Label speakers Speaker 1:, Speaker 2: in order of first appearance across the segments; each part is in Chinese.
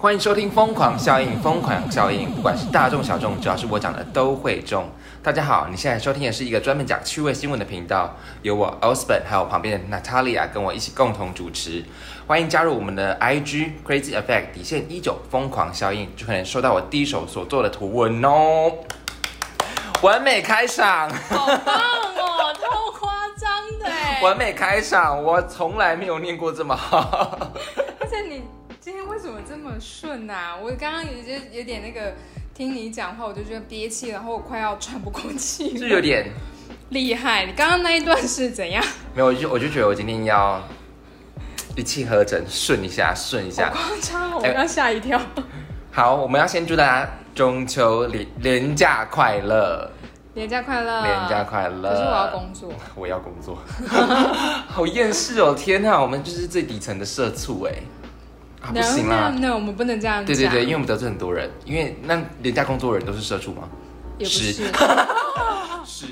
Speaker 1: 欢迎收听《疯狂效应》，疯狂效应，不管是大众小众，只要是我讲的都会中。大家好，你现在收听的是一个专门讲趣味新闻的频道，由我 Osborn 还有我旁边的 Natalia 跟我一起共同主持。欢迎加入我们的 IG Crazy Effect 底线一九疯狂效应，就可能收到我第一手所做的图文哦。完美开场，
Speaker 2: 好棒哦，超夸张的 哎！
Speaker 1: 完美开场，我从来没有念过这么好。
Speaker 2: 而且你今天为什么这么顺啊？我刚刚也就有点那个，听你讲话我就觉得憋气，然后我快要喘不过气了，
Speaker 1: 就有点
Speaker 2: 厉害。你刚刚那一段是怎样？
Speaker 1: 没有，我就我就觉得我今天要一气呵成，顺一下，顺一
Speaker 2: 好
Speaker 1: 下。
Speaker 2: 夸张哦，我
Speaker 1: 哎
Speaker 2: 刚吓 一跳。
Speaker 1: 好，我们要先祝大家中秋连连假快乐，
Speaker 2: 年假快乐，
Speaker 1: 连假快乐。啊
Speaker 2: 呃可是我要，工作，
Speaker 1: 我要工作， 好厌世哦！天哪，我们就是最底层的社畜哎，啊不行啦，
Speaker 2: 那我们不能这样讲。
Speaker 1: 对对对，因为我们得罪很多人，因为那廉价工作的人都是社畜吗？
Speaker 2: 也不是
Speaker 1: 是，是，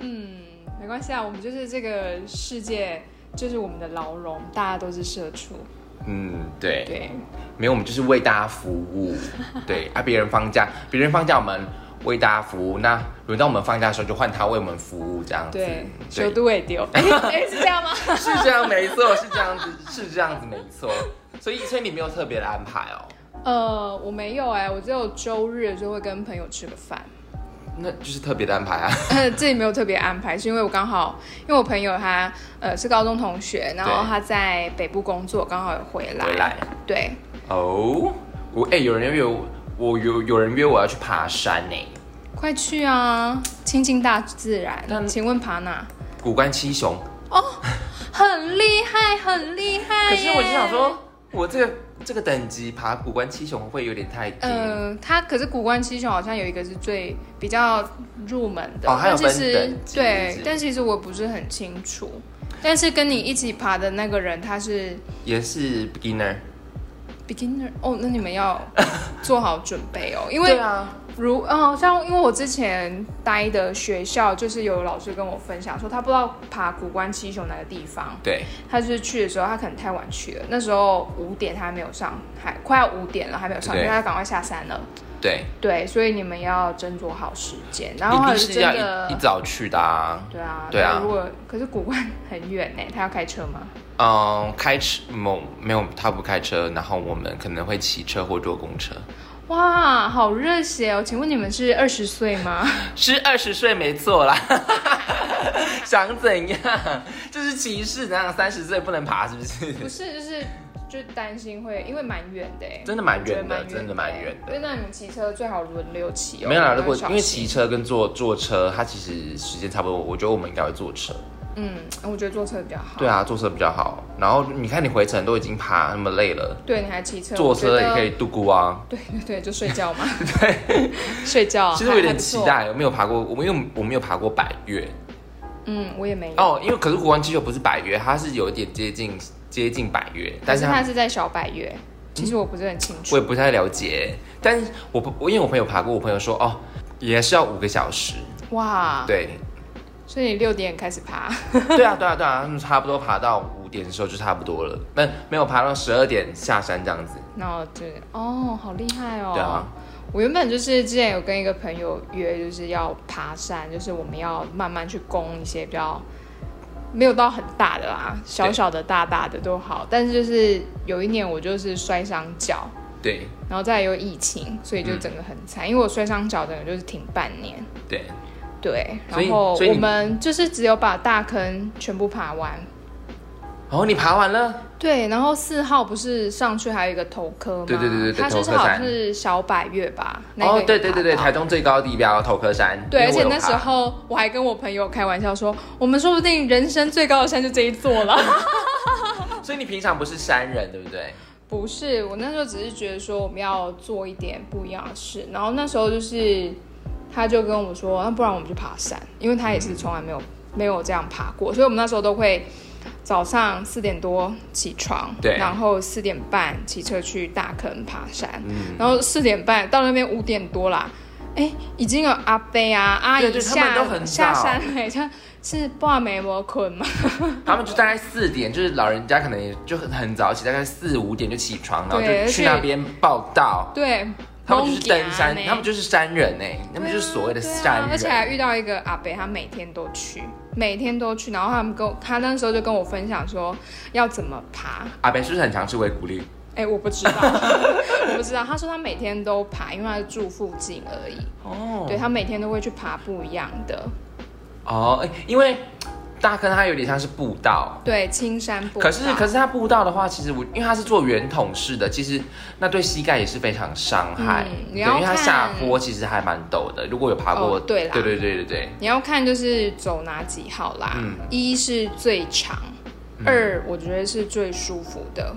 Speaker 2: 嗯，没关系啊，我们就是这个世界，就是我们的牢笼，大家都是社畜，
Speaker 1: 嗯，对。
Speaker 2: 对，
Speaker 1: 没有，我们就是为大家服务。对啊，别人放假，别人放假我们为大家服务。那轮到我们放假的时候，就换他为我们服务，这样子。
Speaker 2: 对，首都也 丢，哎、哎是这样吗？
Speaker 1: 是这样，没错，是这样子，是这样子，没错。所以，所以你没有特别的安排哦，
Speaker 2: 呃，我没有哎、我只有周日就会跟朋友吃个饭，
Speaker 1: 那就是特别的安排啊。
Speaker 2: 这里没有特别安排，是因为我刚好，因为我朋友他呃是高中同学，然后
Speaker 1: 对
Speaker 2: 他在北部工作，刚好有回来，
Speaker 1: 回来
Speaker 2: 对，
Speaker 1: 哦，我哎、有人约我，我有有人约我要去爬山呢、
Speaker 2: 快去啊，亲近大自然。
Speaker 1: 但
Speaker 2: 请问爬哪？
Speaker 1: 古关七雄。
Speaker 2: 很厉害，很厉害。
Speaker 1: 可是我就想，说，我这个这个等级爬古关七雄会不会有点太低？
Speaker 2: 呃，他可是古关七雄好像有一个是最比较入门的，
Speaker 1: 哦还有
Speaker 2: 但
Speaker 1: 分
Speaker 2: 其实
Speaker 1: 等级是
Speaker 2: 对
Speaker 1: 不是，
Speaker 2: 但其实我不是很清楚。但是跟你一起爬的那个人他是
Speaker 1: 也是 beginner。
Speaker 2: beginner 哦，那你们要做好准备哦，因
Speaker 1: 对
Speaker 2: 为
Speaker 1: 啊，
Speaker 2: 如嗯、像因为我之前待的学校就是有老师跟我分享说，他不知道爬古关七雄哪个地方，
Speaker 1: 对。
Speaker 2: 他就是去的时候他可能太晚去了，那时候五点他还没有上，还快要五点了还没有上，所
Speaker 1: 对
Speaker 2: 以他赶快下山了。
Speaker 1: 对，
Speaker 2: 对，所以你们要斟酌好时间，然后
Speaker 1: 一
Speaker 2: 还有
Speaker 1: 定
Speaker 2: 就是真
Speaker 1: 要一一
Speaker 2: 的。
Speaker 1: 早去的啊。
Speaker 2: 对啊，
Speaker 1: 对啊
Speaker 2: 那如果可是古关很远呢，他要开车吗？
Speaker 1: 嗯，开车某没有他不开车，然后我们可能会骑车或坐公车。
Speaker 2: 哇，好热血哦！请问你们是二十岁吗？
Speaker 1: 是二十岁没错啦， 想怎样？ 这是歧视，怎样？三十岁不能爬是不是？
Speaker 2: 不是，就是就担心会，因为蛮远的哎，
Speaker 1: 真的蛮
Speaker 2: 我觉得
Speaker 1: 远的，
Speaker 2: 蛮
Speaker 1: 真的蛮远
Speaker 2: 所以
Speaker 1: 的。
Speaker 2: 那你们骑车最好轮流骑哦。
Speaker 1: 没有啦，
Speaker 2: 要
Speaker 1: 如果
Speaker 2: 小
Speaker 1: 因为
Speaker 2: 心
Speaker 1: 骑，车跟坐坐车，它其实时间差不多，我觉得我们应该会坐车。
Speaker 2: 嗯，我觉得坐车比较好。
Speaker 1: 对，啊，坐车比较好。然后你看你回程都已经爬那么累了，
Speaker 2: 对，你还骑车，
Speaker 1: 坐
Speaker 2: 我觉
Speaker 1: 车也
Speaker 2: 得
Speaker 1: 可以度过啊。
Speaker 2: 对对对，就睡 觉嘛。对， 睡觉。
Speaker 1: 其实我有
Speaker 2: 还
Speaker 1: 点期。
Speaker 2: 哦还不错
Speaker 1: 待，我没有爬过，我没有我没有爬过百越
Speaker 2: 嗯，我也没有。
Speaker 1: 哦，因为可是国王气球不是百越，它是有一点接近接近百越，但
Speaker 2: 但
Speaker 1: 是
Speaker 2: 是
Speaker 1: 它
Speaker 2: 他是在小百越，其实我不是很清楚。
Speaker 1: 我也不太了解，但是我不我因为我朋友爬过，我朋友说哦也是要五个小时，
Speaker 2: 哇，
Speaker 1: 对
Speaker 2: 所以你六点开始爬，
Speaker 1: 对啊对啊对啊，他们差不多爬到五点的时候就差不多了，那没有爬到十二点下山这样子，
Speaker 2: 然后就哦，好厉害哦。
Speaker 1: 对啊。
Speaker 2: 我原本就是之前有跟一个朋友约，就是要爬山，就是我们要慢慢去攻一些比较没有到很大的啦，小小的、大大的都好。但是就是有一年我就是摔伤脚，
Speaker 1: 对
Speaker 2: 然后再来有疫情，所以就整个很惨，因为我摔伤脚，整个就是停半年。
Speaker 1: 对，
Speaker 2: 对，
Speaker 1: 所以
Speaker 2: 然后
Speaker 1: 所以你
Speaker 2: 我们就是只有把大坑全部爬完，
Speaker 1: 哦你爬完了，
Speaker 2: 对，然后四号不是上去还有一个头科吗？
Speaker 1: 对对对对对
Speaker 2: 它就是
Speaker 1: 头科
Speaker 2: 好
Speaker 1: 山
Speaker 2: 像是小百越吧？那个
Speaker 1: 哦
Speaker 2: 有
Speaker 1: 对对对对，
Speaker 2: 爬到
Speaker 1: 台东最高地标头科山，
Speaker 2: 对，
Speaker 1: 因为
Speaker 2: 而
Speaker 1: 我
Speaker 2: 且
Speaker 1: 有
Speaker 2: 那时
Speaker 1: 爬
Speaker 2: 候我还跟我朋友开玩笑说，我们说不定人生最高的山就这一座了。
Speaker 1: 所以你平常不是山人对不对？
Speaker 2: 不是，我那时候只是觉得说我们要做一点不一样的事，然后那时候就是他就跟我说，啊那不然我们去爬山，因为他也是从来没有没有这样爬过，所以我们那时候都会早上四点多起床，
Speaker 1: 对
Speaker 2: 然后四点半骑车去大坑爬山，
Speaker 1: 嗯
Speaker 2: 然后四点半到那边五点多啦，哎，已经有阿伯啊、阿
Speaker 1: 对
Speaker 2: 姨
Speaker 1: 对
Speaker 2: 下
Speaker 1: 他们都很早
Speaker 2: 下山了，像是爸没我困 吗？
Speaker 1: 他们就大概四点，就是老人家可能也就很很早起，大概四五点就起床，然后
Speaker 2: 对
Speaker 1: 就去那边报道。
Speaker 2: 对，
Speaker 1: 他们就是登山
Speaker 2: 蒙走，呢
Speaker 1: 他们就是山人哎、他们就是所谓的山
Speaker 2: 啊对啊
Speaker 1: 人。
Speaker 2: 而且还遇到一个阿伯，他每天都去，每天都去，然后他们跟我他那时候就跟我分享说要怎么爬。
Speaker 1: 阿北是不是很常吃维骨力？
Speaker 2: 哎、我不知 道，我不知道。他说他每天都爬，因为他是住附近而已。
Speaker 1: 哦
Speaker 2: 对他每天都会去爬不一样的，
Speaker 1: 哦，哎因为大坑它有点像是步道，
Speaker 2: 对青山步道。
Speaker 1: 可是可是它步道的话，其实我因为它是做圆筒式的，其实那对膝盖也是非常伤害。
Speaker 2: 嗯你
Speaker 1: 对，
Speaker 2: 要
Speaker 1: 因为它
Speaker 2: 看
Speaker 1: 下坡其实还蛮陡的，如果有爬过，
Speaker 2: 哦对啦
Speaker 1: 对对对对对
Speaker 2: 你要看就是走哪几号啦。
Speaker 1: 嗯
Speaker 2: 一是最长，二我觉得是最舒服的，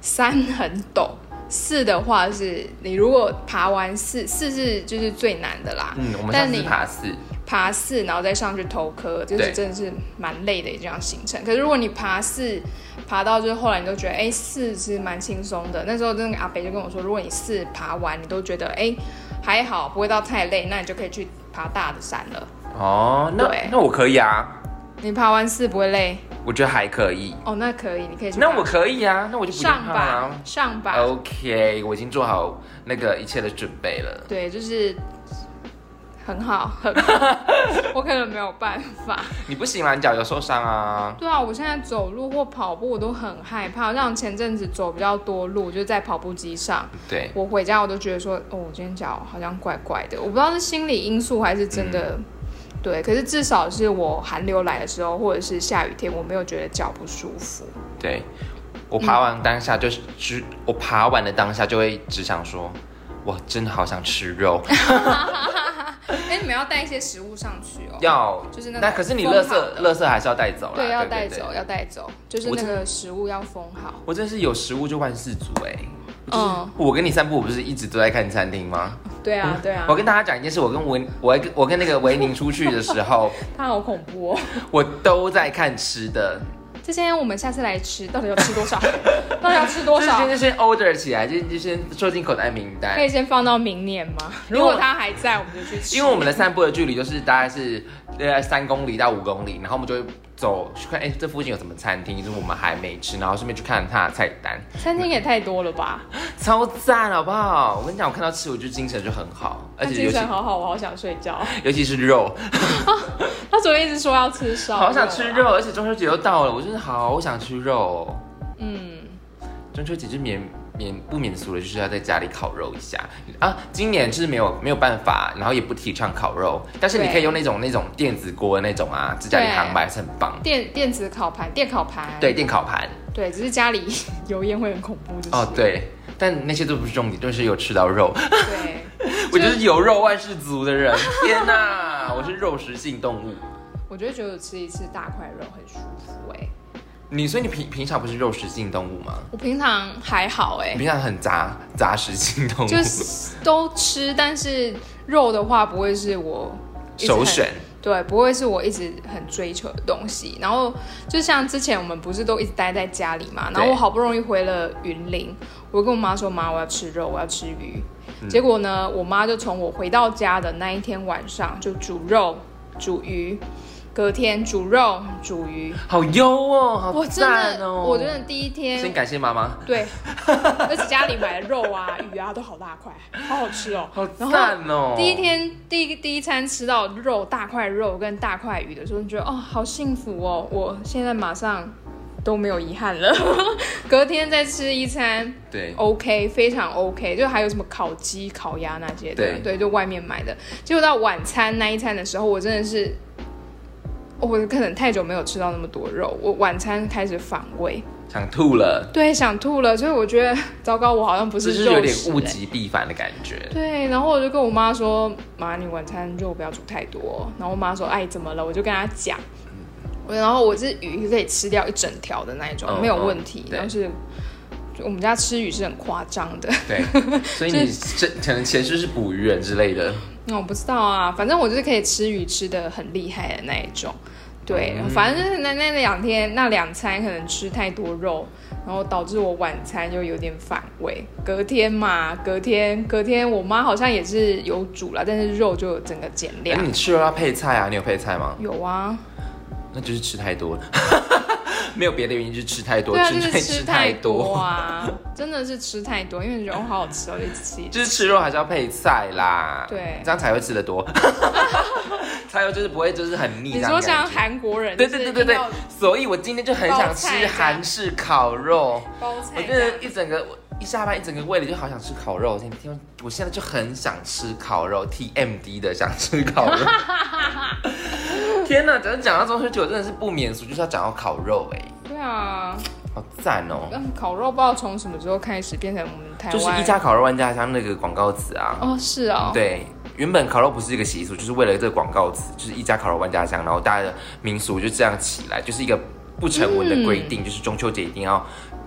Speaker 2: 三很陡，四的话是你如果爬完四，四是就是最难的啦。
Speaker 1: 嗯，我们上
Speaker 2: 但
Speaker 1: 次
Speaker 2: 你
Speaker 1: 爬四，
Speaker 2: 爬四，然后再上去头科，就是
Speaker 1: 对
Speaker 2: 真的是蛮累的一项行程。可是如果你爬四，爬到就是后来你都觉得，哎、四是蛮轻松的。那时候那个阿北就跟我说，如果你四爬完，你都觉得，哎、还好，不会到太累，那你就可以去爬大的山了。
Speaker 1: 哦，那
Speaker 2: 对
Speaker 1: 那我可以啊，
Speaker 2: 你爬完四不会累
Speaker 1: 我觉得还可以，
Speaker 2: 哦，那可以，你可以去爬。
Speaker 1: 那我可以啊，那我就不用
Speaker 2: 上
Speaker 1: 怕
Speaker 2: 吧
Speaker 1: 啊。，
Speaker 2: 上吧。
Speaker 1: OK，我已经做好那个一切的准备了。
Speaker 2: 对，就是很好，很 我可能没有办法。
Speaker 1: 你不行啦，你脚有受伤啊。
Speaker 2: 对啊，我现在走路或跑步我都很害怕。像前阵子走比较多路，就是在跑步机上，
Speaker 1: 对，
Speaker 2: 我回家我都觉得说，哦，我今天脚好像怪怪的，我不知道是心理因素还是真的。
Speaker 1: 嗯
Speaker 2: 对，可是至少是我寒流来的时候，或者是下雨天，我没有觉得脚不舒 服。
Speaker 1: 对，我爬完当下就是只，我爬完的当下就会只想说，我真的好想吃 肉。
Speaker 2: 哎，你们要带一些食物上去哦。
Speaker 1: 要
Speaker 2: 就是那种
Speaker 1: 可是你
Speaker 2: 封
Speaker 1: 垃
Speaker 2: 好
Speaker 1: 圾
Speaker 2: 的
Speaker 1: 垃圾还是要带走啦，
Speaker 2: 对，要带。
Speaker 1: 对
Speaker 2: 走，
Speaker 1: 对
Speaker 2: 要带走，就是
Speaker 1: 我
Speaker 2: 那
Speaker 1: 真
Speaker 2: 个食物要封好。
Speaker 1: 我真是有食物就万事足哎、就是
Speaker 2: 嗯，
Speaker 1: 我跟你散步，我不是一直都在看餐厅吗？
Speaker 2: 对啊，对啊
Speaker 1: 我，跟大家讲一件事，我跟维，我跟我跟那个维宁出去的时候，
Speaker 2: 它好恐怖哦。
Speaker 1: 我都在看吃的，
Speaker 2: 这些我们下次来吃，到底要吃多少？到底要吃多
Speaker 1: 就是
Speaker 2: 少
Speaker 1: 先？就先 order 起来，就就先收进口袋名
Speaker 2: 可
Speaker 1: 单
Speaker 2: 以。先放到明年吗？
Speaker 1: 因为
Speaker 2: 如果它还在，我们就去吃。
Speaker 1: 因为我们的散步的距离就是大概是呃三公里到五公里，然后我们就会走去看，哎、这附近有什么餐厅，就是我们还没吃，然后顺便去看它的菜 单，
Speaker 2: 餐厅也太多了吧？
Speaker 1: 超赞好不好？我跟你讲，我看到吃我就精神就很好，而
Speaker 2: 他
Speaker 1: 且
Speaker 2: 精
Speaker 1: 尤其
Speaker 2: 神好好，我好想睡觉。
Speaker 1: 尤其是肉，
Speaker 2: 他昨天一直说要吃烧，
Speaker 1: 好想吃。肉，而且中秋节又到了，我真的好想吃肉、哦。
Speaker 2: 嗯，
Speaker 1: 中秋节就免免不免俗的，就是要在家里烤肉一下啊。今年是没有没有办法，然后也不提倡烤肉，但是你
Speaker 2: 对
Speaker 1: 可以用那种那种电子锅那种啊，在家里
Speaker 2: 对
Speaker 1: 扛白是很棒。
Speaker 2: 电电子烤盘，电烤盘。
Speaker 1: 对，电烤盘
Speaker 2: 对，只是家里 油烟会很恐怖。就是
Speaker 1: 哦，。对，但那些都不是重点，就是有吃到肉。
Speaker 2: 对，
Speaker 1: 我就是有肉万事足的人， 天哪，我是肉食性动物。
Speaker 2: 我就觉得吃一次大块肉很舒服哎、
Speaker 1: 你所以你平平常不是肉食性动物吗？
Speaker 2: 我平常还好哎、
Speaker 1: 你平常很杂杂食性动物，
Speaker 2: 就是都吃，但是肉的话不会是我一直很
Speaker 1: 首选。
Speaker 2: 对，不会是我一直很追求的东西。然后就像之前我们不是都一直待在家里嘛，然后
Speaker 1: 对
Speaker 2: 我好不容易回了云林，我跟我妈说：“妈，我要吃肉，我要吃鱼。结果呢，我妈就从我回到家的那一天晚上就煮肉、煮鱼，隔天煮肉、煮鱼。
Speaker 1: 好优哦，好
Speaker 2: 我真
Speaker 1: 赞
Speaker 2: 的，
Speaker 1: 哦！
Speaker 2: 我真的第一
Speaker 1: 先
Speaker 2: 天
Speaker 1: 感谢妈妈，
Speaker 2: 对，而且家里买的肉啊、 鱼啊都好大块，好好吃哦。
Speaker 1: 好
Speaker 2: 然后
Speaker 1: 赞哦！
Speaker 2: 第一天第一第一餐吃到肉大块肉跟大块鱼的时候，你觉得哦好幸福哦！我现在马上都没有遗憾了。 隔天再吃一餐
Speaker 1: 对，
Speaker 2: ，OK，非常 OK，就还有什么烤鸡、烤鸭那些的，
Speaker 1: 对
Speaker 2: 对，就外面买的。结果到晚餐那一餐的时候，我真的是。哦我可能太久没有吃到那么多肉，我晚餐开始反胃，
Speaker 1: 想吐了，
Speaker 2: 对，想吐了，所以我觉得糟糕，我好像不
Speaker 1: 这就是
Speaker 2: 是肉
Speaker 1: 有点
Speaker 2: 食
Speaker 1: 物
Speaker 2: 欸
Speaker 1: 极必反的感觉。
Speaker 2: 对，然后我就跟我妈说：“妈，你晚餐肉不要煮太多哦。”然后我妈说：“哎，怎么了？”我就跟她讲。我然后我是鱼可以吃掉一整条的那一种，
Speaker 1: 嗯
Speaker 2: 没有问题。
Speaker 1: 嗯对
Speaker 2: 但是就我们家吃鱼是很夸张的，
Speaker 1: 对， 所以你这可能前世是捕鱼人之类的，
Speaker 2: 那我不知道啊，反正我就是可以吃鱼吃的很厉害的那一种。对，
Speaker 1: 嗯
Speaker 2: 反正就是那那两天那两餐可能吃太多肉，然后导致我晚餐又有点反胃。隔天嘛，隔天隔天我妈好像也是有煮了，但是肉就整个减
Speaker 1: 哎
Speaker 2: 量。
Speaker 1: 啊你吃了要配菜啊？你有配菜吗？
Speaker 2: 有啊，
Speaker 1: 那就是吃太多了， 没有别的原因，就是吃太多，
Speaker 2: 对啊，就
Speaker 1: 纯
Speaker 2: 是
Speaker 1: 粹
Speaker 2: 吃
Speaker 1: 太
Speaker 2: 多啊，真的是吃太多，因为肉好好吃哦，就一 直吃一直吃。
Speaker 1: 就是吃肉还是要配菜啦，
Speaker 2: 对
Speaker 1: 这样才会吃得多， 才有就是不会就是很腻。这
Speaker 2: 你
Speaker 1: 样
Speaker 2: 说
Speaker 1: 的感
Speaker 2: 像
Speaker 1: 觉
Speaker 2: 韩国人，
Speaker 1: 对对对对对
Speaker 2: 就是一定，
Speaker 1: 所以我今天就很想吃韩式烤肉，
Speaker 2: 要包
Speaker 1: 我真
Speaker 2: 菜哎这样
Speaker 1: 的，一整个我一下班一整个胃里就好想吃烤肉，天天我现在就很想吃烤肉，TMD 的想吃烤 肉。天哪，真的讲到中秋节，我真的是不免俗，就是要讲到烤肉哎、
Speaker 2: 对啊，
Speaker 1: 好赞哦、
Speaker 2: 嗯，烤肉不知道从什么时候开始变成我们台湾，
Speaker 1: 就是一家烤肉万家香那个广告词啊。
Speaker 2: 哦，是哦，
Speaker 1: 对，原本烤肉不是一个习俗，就是为了这个广告词，就是一家烤肉万家香，然后大家的民俗就这样起来，就是一个不成文的规定，就是中秋节一定要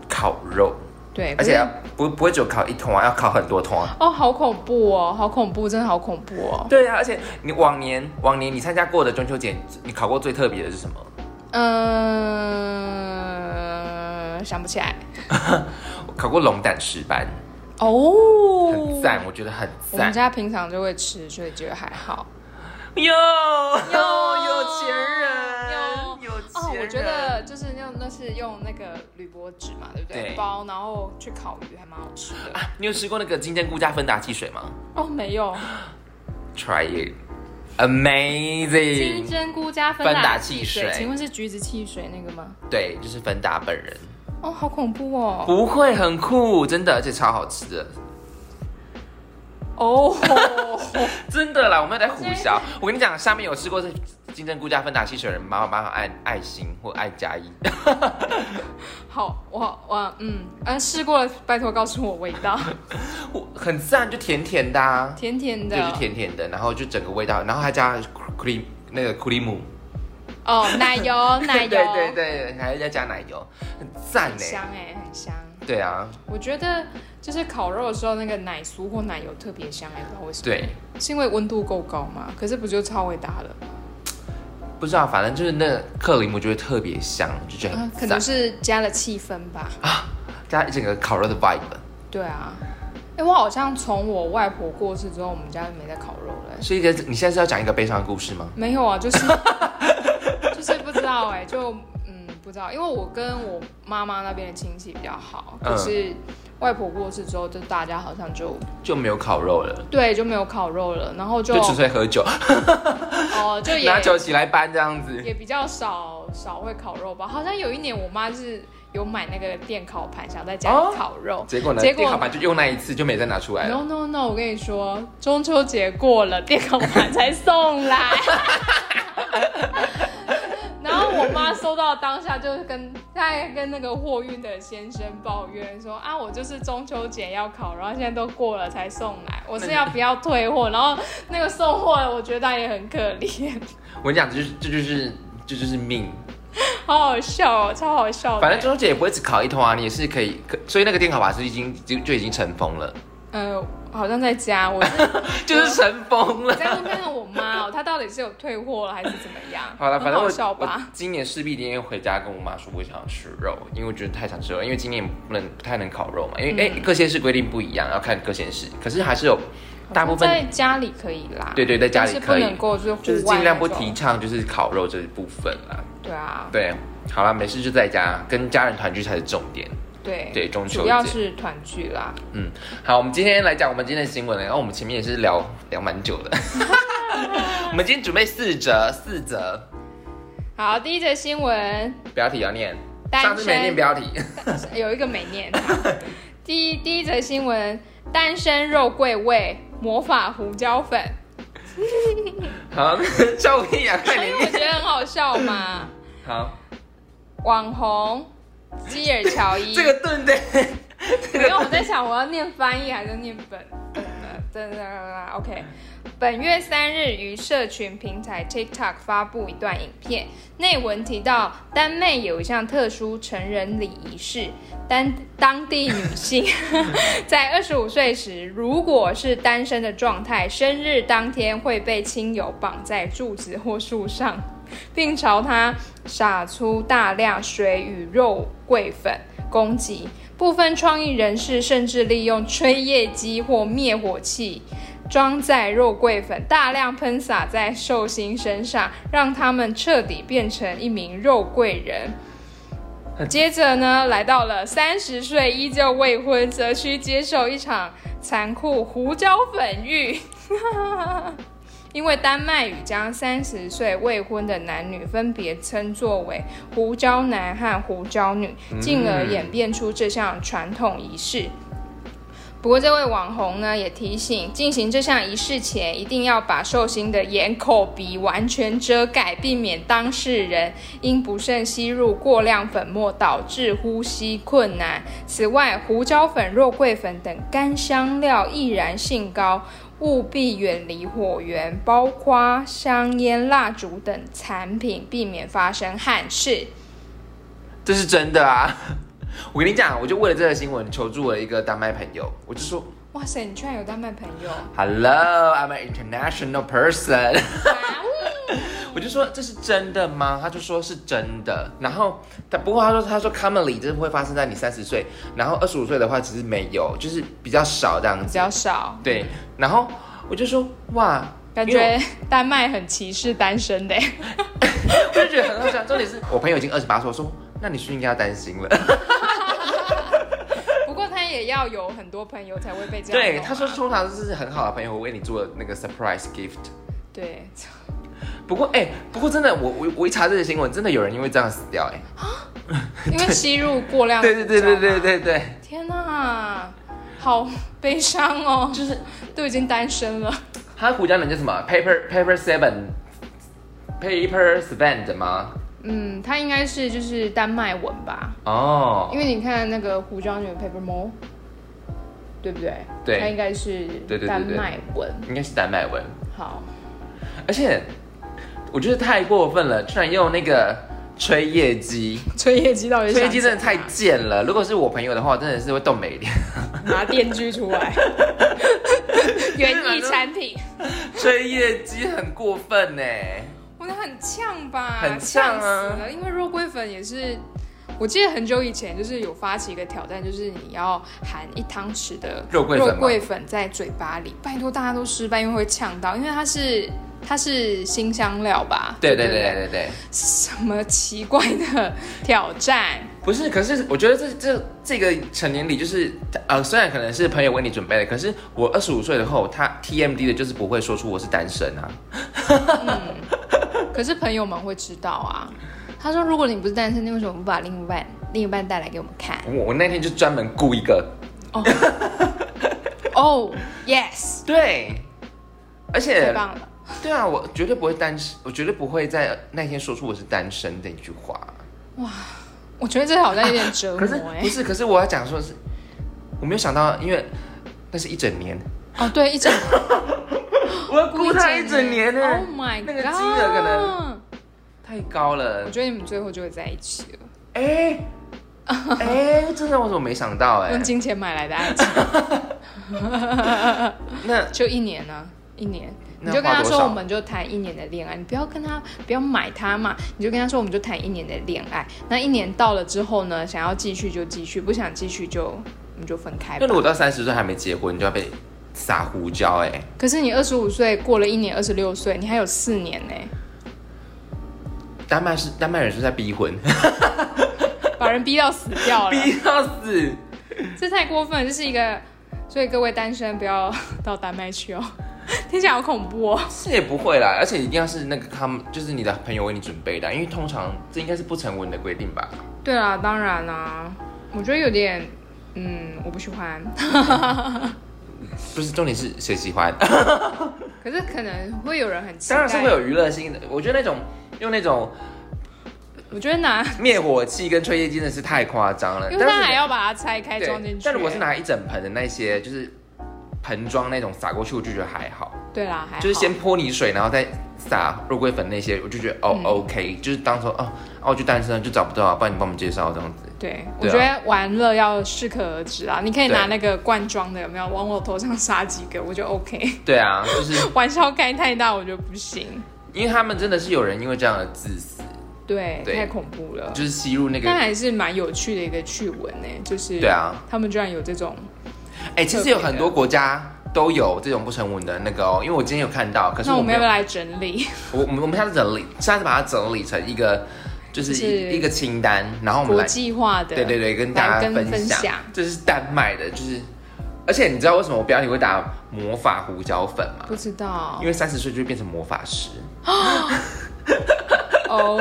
Speaker 1: 烤肉，
Speaker 2: 对，
Speaker 1: 而
Speaker 2: 嗯哎可是
Speaker 1: 且要不不会只有烤一桶啊，要烤很多桶啊。
Speaker 2: 哦，好恐怖哦，好恐怖，真的好恐怖哦。
Speaker 1: 对啊，而且你往年往年你参加过的中秋节，你烤过最特别的是什么？
Speaker 2: 嗯、想不起来。
Speaker 1: 我烤过龙胆石斑，
Speaker 2: 哦，
Speaker 1: 很赞，我觉得很
Speaker 2: 我们
Speaker 1: 赞。
Speaker 2: 家平常就会吃，所以觉得还好。
Speaker 1: 哟
Speaker 2: 哟
Speaker 1: 有钱人，有钱人。
Speaker 2: 哦，我觉得就是用那是用那个铝箔纸嘛，对不对？
Speaker 1: 对啊
Speaker 2: 包然后去烤鱼，还蛮好吃的。
Speaker 1: 你有吃过那个金针菇加芬达汽水吗？
Speaker 2: 哦，没有
Speaker 1: Try it. Amazing.
Speaker 2: 金针菇加芬
Speaker 1: 芬达
Speaker 2: 汽
Speaker 1: 嗯汽水嗯
Speaker 2: 请问是橘子汽水那个吗？
Speaker 1: 对，就是芬达本人，
Speaker 2: 哦，好恐怖哦！
Speaker 1: 不会很酷，真的，而且超好吃的，嗯
Speaker 2: 哦，
Speaker 1: 真的啦，我没有在胡笑。我跟你讲，下面有吃过这金针菇加芬达汽水的人，麻烦麻烦按爱心或按加一。
Speaker 2: 好，我我嗯嗯试过了，拜托告诉我味 道，
Speaker 1: 我很赞，就甜甜的、啊，
Speaker 2: 甜甜
Speaker 1: 对，
Speaker 2: 的
Speaker 1: 就，甜甜的，然后就整个味道，然后还加 cream 那个 cream，
Speaker 2: 哦，奶 油奶油，
Speaker 1: 对对对，还要加奶油，很赞
Speaker 2: 很
Speaker 1: 呢。
Speaker 2: 香哎、很香。
Speaker 1: 对啊，
Speaker 2: 我觉得就是烤肉的时候，那个奶酥或奶油特别香哎、不知道为什么。
Speaker 1: 对，
Speaker 2: 是因为温度够高嘛？可是不就超伟大了？
Speaker 1: 不知道，反正就是那个克林姆就会特别香，就觉得
Speaker 2: 啊
Speaker 1: 很
Speaker 2: 可
Speaker 1: 赞
Speaker 2: 能，是加了气氛吧。
Speaker 1: 加一整个烤肉的 vibe。
Speaker 2: 对啊，哎、我好像从我外婆过世之后，我们家就没在烤肉了欸、
Speaker 1: 是一个，你现在是要讲一个悲伤的故事吗？
Speaker 2: 没有啊， 就是就是不知道哎、就嗯不知道，因为我跟我妈妈那边的亲戚比较好，
Speaker 1: 嗯
Speaker 2: 可是外婆过世之后，就大家好像就
Speaker 1: 就没有烤肉了，
Speaker 2: 对就没有烤肉了，然后就
Speaker 1: 就纯粹喝酒，
Speaker 2: 哦、就也
Speaker 1: 拿酒起来搬这样子。
Speaker 2: 也比较少少会烤肉吧。好像有一年我妈是有买那个电烤盘，想在家
Speaker 1: 哦
Speaker 2: 里烤肉。
Speaker 1: 结果呢？
Speaker 2: 结果
Speaker 1: 电烤盘就用那一次，就没再拿出来了。
Speaker 2: No no no！我跟你说，中秋节过了， 电烤盘才送来。然后我妈收到当下就是跟大概跟那个货运的先生抱怨说啊，我就是中秋节要烤，然后现在都过了才送来，我是要不要退货？ 然后那个送货的我觉得他也很可怜，
Speaker 1: 我跟你讲，这就是这就是这就是命。
Speaker 2: 好好笑哦，超好笑的。
Speaker 1: 反正中秋节也不会只烤一通啊，你也是可以。可所以那个电烤盘是已经就就已经尘封了，
Speaker 2: 呃，好像在家，我是
Speaker 1: 就是 尘封
Speaker 2: 我
Speaker 1: 了。
Speaker 2: 在问看看我妈哦，她到底是有退货了还是怎么样？
Speaker 1: 好了，反
Speaker 2: 很
Speaker 1: 正
Speaker 2: 好
Speaker 1: 我
Speaker 2: 笑
Speaker 1: 我
Speaker 2: 吧？
Speaker 1: 今年势必一定会回家跟我妈说，我想要吃肉，因为我觉得太想吃肉，因为今年不能不太能烤肉嘛，因为哎、
Speaker 2: 嗯
Speaker 1: 各县市规定不一样，要看各县市，可是还是有大部分
Speaker 2: 在家里可以啦，
Speaker 1: 对对在家里
Speaker 2: 但是
Speaker 1: 可以
Speaker 2: 不能够就是户
Speaker 1: 就是
Speaker 2: 外
Speaker 1: 尽量不
Speaker 2: 那种
Speaker 1: 提倡就是烤肉这一部分啦。
Speaker 2: 对啊，
Speaker 1: 对，好了，没事就在家跟家人团聚才是重点。
Speaker 2: 对
Speaker 1: 对中秋节
Speaker 2: 主要是团聚啦，
Speaker 1: 好，我们今天来讲我们今天的新闻了，然后我们前面也是聊聊蛮久 的。我们今天准备四折，四折
Speaker 2: 好，第一则新闻
Speaker 1: 标题要念，
Speaker 2: 单身
Speaker 1: 上次没念标题，
Speaker 2: 有一个没念， 好第一第一则新闻，单身肉桂味魔法胡椒粉，
Speaker 1: 好， 笑屁啊，快点
Speaker 2: 因为哎我
Speaker 1: 念。
Speaker 2: 觉得很好笑嘛，
Speaker 1: 好，
Speaker 2: 网红基尔乔 伊，
Speaker 1: 这个顿 的，
Speaker 2: 因为我在想我要念翻译还是念本本呢？真的啦，OK。本月三日于社群平台 TikTok 发布一段影片，内文提到丹妹有一项特殊成人礼仪是，当当地女性在二十五岁时，如果是单身的状态，生日当天会被亲友绑在柱子或树上，并朝他撒出大量水与肉桂粉攻击。部分创意人士甚至利用吹夜机或灭火器装在肉桂粉，大量喷洒在寿星身上，让他们彻底变成一名肉桂人。接着呢，来到了三十岁依旧未婚，则需接受一场残酷胡椒粉浴。 因为丹麦语将三十岁未婚的男女分别称作为胡椒男和胡椒女，进而演变出这项传统仪式。不过，这位网红呢也提醒，进行这项仪式前，一定要把寿星的眼、口、鼻完全遮盖，避免当事人因不慎吸入过量粉末导致呼吸困难。此外，胡椒粉、肉桂粉等干香料易燃性高，务必远离火源，包括香烟、蜡烛等产品，避免发生憾事。
Speaker 1: 这是真的啊！我跟你讲，我就为了这个新闻求助了一个丹麦朋友，我就说
Speaker 2: 哇塞，你居然有丹麦朋友！
Speaker 1: Hello，I'm an international person，
Speaker 2: 哇哦
Speaker 1: 我就说这是真的吗？他就说是真的。然后他不过他说他说 commonly 这会发生在你三十岁，然后二十五岁的话其实没有，就是比较少这样
Speaker 2: 比
Speaker 1: 子。
Speaker 2: 较少，
Speaker 1: 对，然后我就说哇，
Speaker 2: 感
Speaker 1: 因为
Speaker 2: 觉丹麦很歧视单身的欸。
Speaker 1: 我我就觉得很好笑。重点是我朋友已经二十八岁，我说那你是不是应该要担心了。
Speaker 2: 不过他也要有很多朋友才会被这样弄啊。
Speaker 1: 对，他说通常是很好的朋友会为你做那个 surprise gift。
Speaker 2: 对，
Speaker 1: 不过哎、不过真的，我我我一查这个新闻，真的有人因为这样死掉哎、
Speaker 2: 因为吸入过量。
Speaker 1: 对对对对对。对对。
Speaker 2: 天哪、好悲伤哦！就是都已经单身了，
Speaker 1: 他胡椒人叫什么？Paper Paper Seven Paper Seven 吗？
Speaker 2: 嗯，他应该是就是丹麦文吧，
Speaker 1: 哦，
Speaker 2: 因为你看那个胡椒女 Paper Mo，对不对？
Speaker 1: 对
Speaker 2: 他应该是
Speaker 1: 对对对
Speaker 2: 丹麦文。
Speaker 1: 应该是丹麦文，
Speaker 2: 好，
Speaker 1: 而且我觉得太过分了，居然用那个吹叶机，
Speaker 2: 吹叶机到底是
Speaker 1: 吹啊叶
Speaker 2: 想
Speaker 1: 机真的
Speaker 2: 怎
Speaker 1: 太
Speaker 2: 样
Speaker 1: 贱了。如果是我朋友的话，我真的是会动美脸。
Speaker 2: 拿电锯出来，原意产品。
Speaker 1: 吹叶机很过分呢，
Speaker 2: 我觉得很呛吧，
Speaker 1: 很呛啊
Speaker 2: 死了。因为肉桂粉也是，我记得很久以前就是有发起一个挑战，就是你要含一汤匙的
Speaker 1: 肉桂粉吗
Speaker 2: 肉桂粉在嘴巴里。拜托，大家都失败，因为会呛到，因为它是它是新香料吧？
Speaker 1: 对对
Speaker 2: 对不
Speaker 1: 对对对对，
Speaker 2: 什么奇怪的挑战？
Speaker 1: 不是，可是我觉得这这这个成年礼就是，呃，虽然可能是朋友为你准备的，可是我二十五岁的后，他 TMD 的就是不会说出我是单身啊。
Speaker 2: 可是朋友们会知道啊。他说：“如果你不是单身，你为什么不把另一半另一半带来给我们看？”
Speaker 1: 我我那天就专门雇一个，
Speaker 2: 哦、y e s
Speaker 1: 对，而
Speaker 2: 太
Speaker 1: 且
Speaker 2: 棒了。
Speaker 1: 对啊，我绝对不会单身，我绝对不会在那天说出我是单身的一句话。
Speaker 2: 我觉得这好像有点折
Speaker 1: 可是
Speaker 2: 磨哎、
Speaker 1: 不是？可是我要讲说是，我没有想到，因为那是一整年，
Speaker 2: 哦，对，一整
Speaker 1: 我要雇他一整年呢、欸
Speaker 2: Oh my god！
Speaker 1: 那个金额可能太高了
Speaker 2: 我。觉得你们最后就会在一起了，
Speaker 1: 哎哎、真的我怎么没想到哎、
Speaker 2: 用金钱买来 的爱情，
Speaker 1: 那
Speaker 2: 就一年呢、一年。你
Speaker 1: 那
Speaker 2: 就跟他
Speaker 1: 花多
Speaker 2: 说，
Speaker 1: 少
Speaker 2: 我们就谈一年的恋爱，你不要跟他，不要买他嘛。你就跟他说，我们就谈一年的恋爱。那一年到了之后呢，想要继续就继续，不想继续就我们就分开
Speaker 1: 那
Speaker 2: 吧
Speaker 1: 如。果到三十岁还没结婚，就要被撒胡椒哎、
Speaker 2: 可是你二十五岁过了一年，二十六岁，你还有四年呢、
Speaker 1: 丹麦是丹麦人是在逼婚，
Speaker 2: 把人逼到死 掉了，
Speaker 1: 逼到死。
Speaker 2: 这太过分了，这是一个。所以各位单身不要到丹麦去哦，听起来好恐怖哦。
Speaker 1: 是也不会啦，而且一定要是那个他们，就是你的朋友为你准备的啊，因为通常这应该是不成文的规定吧。
Speaker 2: 对啊，当然啦、我觉得有点，嗯，我不喜欢。
Speaker 1: 不是重点是谁喜 欢，
Speaker 2: 可是可能会有人很期待，
Speaker 1: 当然是会。有娱乐性的。我觉得那种用那种
Speaker 2: 我觉得拿，
Speaker 1: 灭火器跟吹叶机真的是太夸张了，
Speaker 2: 因为
Speaker 1: 但
Speaker 2: 它
Speaker 1: 是
Speaker 2: 还要把它拆开
Speaker 1: 对
Speaker 2: 装进去。
Speaker 1: 但如果是，拿一整盆的那些，就是盆装那种撒过去，我就觉得还好，
Speaker 2: 对啦，还好
Speaker 1: 就是先泼你水，然后再撒肉桂粉那些，我就觉得哦、
Speaker 2: 嗯
Speaker 1: OK，就是当说哦哦我就单身了就找不到啊，不然你帮我们介绍这样子。
Speaker 2: 对，我
Speaker 1: 对啊
Speaker 2: 觉得玩乐要适可而止啦。你可以拿
Speaker 1: 对
Speaker 2: 那个罐装的，有没有往我头上撒几个，我就 OK。
Speaker 1: 对啊，就是
Speaker 2: 玩笑开太大，我觉得不行。
Speaker 1: 因为他们真的是有人因为这样而自私。
Speaker 2: 对，
Speaker 1: 对
Speaker 2: 太恐怖了。
Speaker 1: 就是吸入那个
Speaker 2: 但。还是蛮有趣的一个趣闻呢、就是
Speaker 1: 对啊，
Speaker 2: 他们居然有这种
Speaker 1: 哎、其实有很多国家都有这种不成文的那个哦，因为我今天有看到，可是
Speaker 2: 那
Speaker 1: 我
Speaker 2: 我
Speaker 1: 没
Speaker 2: 们
Speaker 1: 有
Speaker 2: 要不要来整理？
Speaker 1: 我我们我们下次整理，下次把它整理成一个，就是
Speaker 2: 是
Speaker 1: 一一个清单，然后我们
Speaker 2: 国
Speaker 1: 来，
Speaker 2: 际化的，
Speaker 1: 对对对，跟大
Speaker 2: 来
Speaker 1: 家
Speaker 2: 跟分
Speaker 1: 享
Speaker 2: 享。
Speaker 1: 这是丹麦的，就是，而且你知道为什么我标题会打魔法胡椒粉吗？
Speaker 2: 不知道
Speaker 1: 因为三十岁就会变成魔法师。
Speaker 2: 哦，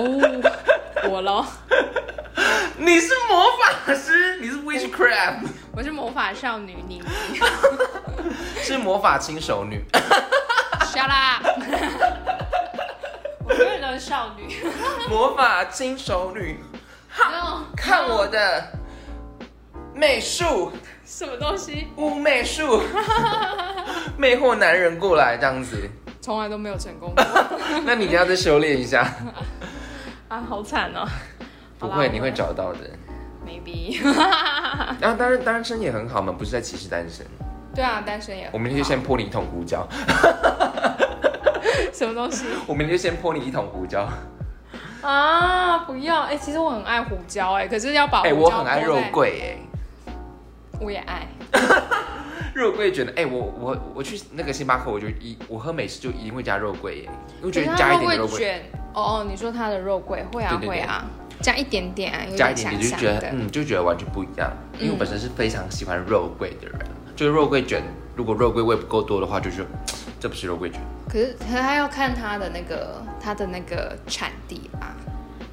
Speaker 2: 我咯，
Speaker 1: 你是魔法师，你是 witchcraft，
Speaker 2: 我是魔法少女， 你
Speaker 1: 是魔法轻熟女。
Speaker 2: 杀啦！我永远都是少女。
Speaker 1: 魔法轻熟女，
Speaker 2: No，
Speaker 1: 看我的媚术
Speaker 2: 什么东西？
Speaker 1: 巫媚术， 魅惑男人过来这样子。
Speaker 2: 从来都没有成功过
Speaker 1: 那你一定要再修炼一下，
Speaker 2: 啊，好惨哦！
Speaker 1: 不
Speaker 2: 好啦
Speaker 1: 会，你会找 到的。
Speaker 2: maybe。
Speaker 1: 然后当然单身也很好嘛，不是在歧视单身。
Speaker 2: 对啊，单身也
Speaker 1: 我明天就先泼你一桶胡椒，
Speaker 2: 什么东西
Speaker 1: 我明天就先泼你一桶胡椒。
Speaker 2: 啊？不要哎、其实我很爱胡椒哎、可是要把胡
Speaker 1: 哎、
Speaker 2: 椒
Speaker 1: 我很爱
Speaker 2: 泼
Speaker 1: 肉
Speaker 2: 在，
Speaker 1: 桂哎、
Speaker 2: 我也爱。
Speaker 1: 肉桂卷的，哎、我我我去那个星巴克，我就一我喝美式就一定会加肉桂耶，因为觉得加一点肉桂，
Speaker 2: 卷，哦哦，你说它的肉桂会啊
Speaker 1: 对对对
Speaker 2: 会啊，加一点点啊，有
Speaker 1: 加一
Speaker 2: 点
Speaker 1: 点你
Speaker 2: 香
Speaker 1: 就
Speaker 2: 香
Speaker 1: 觉得
Speaker 2: 的。
Speaker 1: 嗯就觉得完全不一样。因为我本
Speaker 2: 嗯
Speaker 1: 身是非常喜欢肉桂的人，就是肉桂卷，如果肉桂味不够多的话，就觉得嘖这不是肉桂卷。
Speaker 2: 可是可是它要看它的那个它的那个产地吧，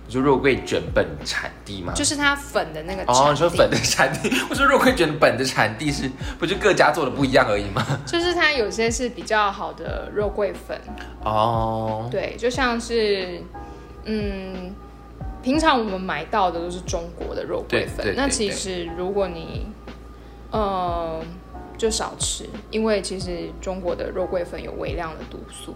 Speaker 1: 你说肉桂卷本产地吗？
Speaker 2: 就是它粉的那个产地。
Speaker 1: 啊哦，你说粉的产地， 我说肉桂卷本的产地是不就各家做的不一样而已吗？
Speaker 2: 就是它有些是比较好的肉桂粉，
Speaker 1: 哦，
Speaker 2: 对，就像是嗯，平常我们买到的都是中国的肉
Speaker 1: 对
Speaker 2: 桂
Speaker 1: 对
Speaker 2: 粉
Speaker 1: 对，
Speaker 2: 那其实如果你呃就少吃，因为其实中国的肉桂粉有微量的毒素，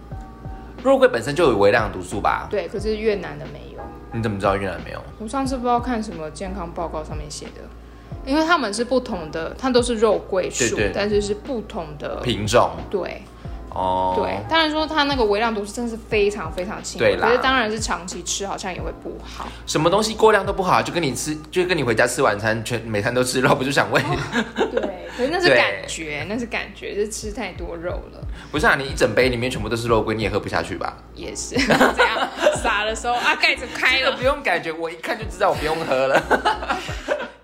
Speaker 1: 肉桂本身就有微量毒素吧？
Speaker 2: 对，可是越南的没有。
Speaker 1: 你怎么知道越南没有？
Speaker 2: 我上次不知道看什么健康报告上面写的，因为他们是不同的，它都是肉桂树，
Speaker 1: 对对
Speaker 2: 但是是不同的。
Speaker 1: 品种
Speaker 2: 对
Speaker 1: 哦，
Speaker 2: 对，当然说它那个微量毒素真的是非常非常轻微，
Speaker 1: 对啦
Speaker 2: 可是当然是长期吃好像也会不好。
Speaker 1: 什么东西过量都不好，啊就跟你吃，就跟你回家吃晚餐，全每餐都吃肉，不就想胃？
Speaker 2: 哦对，可是那是
Speaker 1: 对
Speaker 2: 感觉，那是感觉，就是吃太多肉了，
Speaker 1: 不是啊，你一整杯里面全部都是肉桂，你也喝不下去吧？
Speaker 2: 也是 这样撒的时候啊，盖子开
Speaker 1: 这个
Speaker 2: 了，
Speaker 1: 不用感觉，我一看就知道我不用喝了。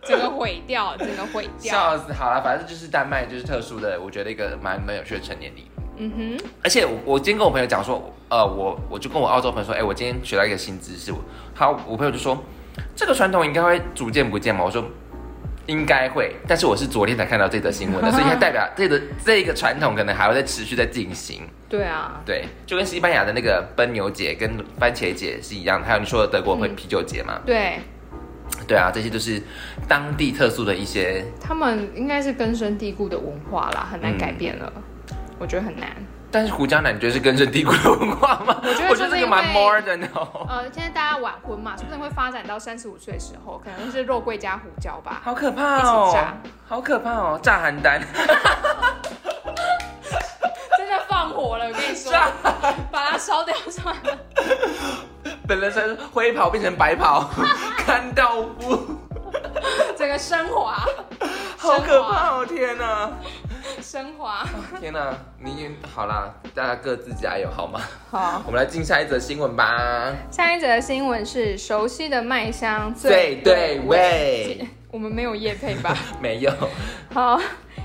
Speaker 2: 整个毁掉，整个毁掉。
Speaker 1: 笑死，好了，反正就是丹麦就是特殊的，我觉得一个蛮蛮有趣的成年礼。
Speaker 2: 嗯
Speaker 1: 而且我我今天跟我朋友讲说，呃，我我就跟我澳洲朋友说，哎、我今天学到一个新知识，我他我朋友就说，这个传统应该会逐渐不见嘛，我说应该会，但是我是昨天才看到这则新闻的，所以它代表这个这个传统可能还会再持续在进行。
Speaker 2: 哼，对啊，
Speaker 1: 对，就跟西班牙的那个奔牛节跟番茄节是一样的，还有你说的德国会啤酒节嘛？
Speaker 2: 对
Speaker 1: 对啊，这些都是当地特殊的一些，
Speaker 2: 他们应该是根深蒂固的文化啦，很难
Speaker 1: 嗯
Speaker 2: 改变了，我觉得很难。
Speaker 1: 但是胡椒奶你觉得是根深蒂固的文化吗？
Speaker 2: 我觉得
Speaker 1: 我觉得
Speaker 2: 就是
Speaker 1: 这个蛮
Speaker 2: 因为
Speaker 1: modern 的、哦，
Speaker 2: 呃，现在大家晚婚嘛，说不定会发展到三十五岁的时候，可能是肉桂加胡椒吧。
Speaker 1: 好可怕
Speaker 2: 一起
Speaker 1: 哦
Speaker 2: 炸！
Speaker 1: 好可怕哦！炸邯郸，
Speaker 2: 真的放火了，我跟你说，
Speaker 1: 炸！
Speaker 2: 把它烧掉算了。
Speaker 1: 本人是灰袍变成白 袍，干道夫，
Speaker 2: 整个升华，
Speaker 1: 好可怕哦！天哪、
Speaker 2: 升华。
Speaker 1: 天哪、你好啦，大家各自加油好吗？
Speaker 2: 好，
Speaker 1: 我们来进下一则新闻吧。
Speaker 2: 下一则新闻是熟悉的麦香
Speaker 1: 最对味，
Speaker 2: 我们没有夜配吧？
Speaker 1: 没有。
Speaker 2: 好，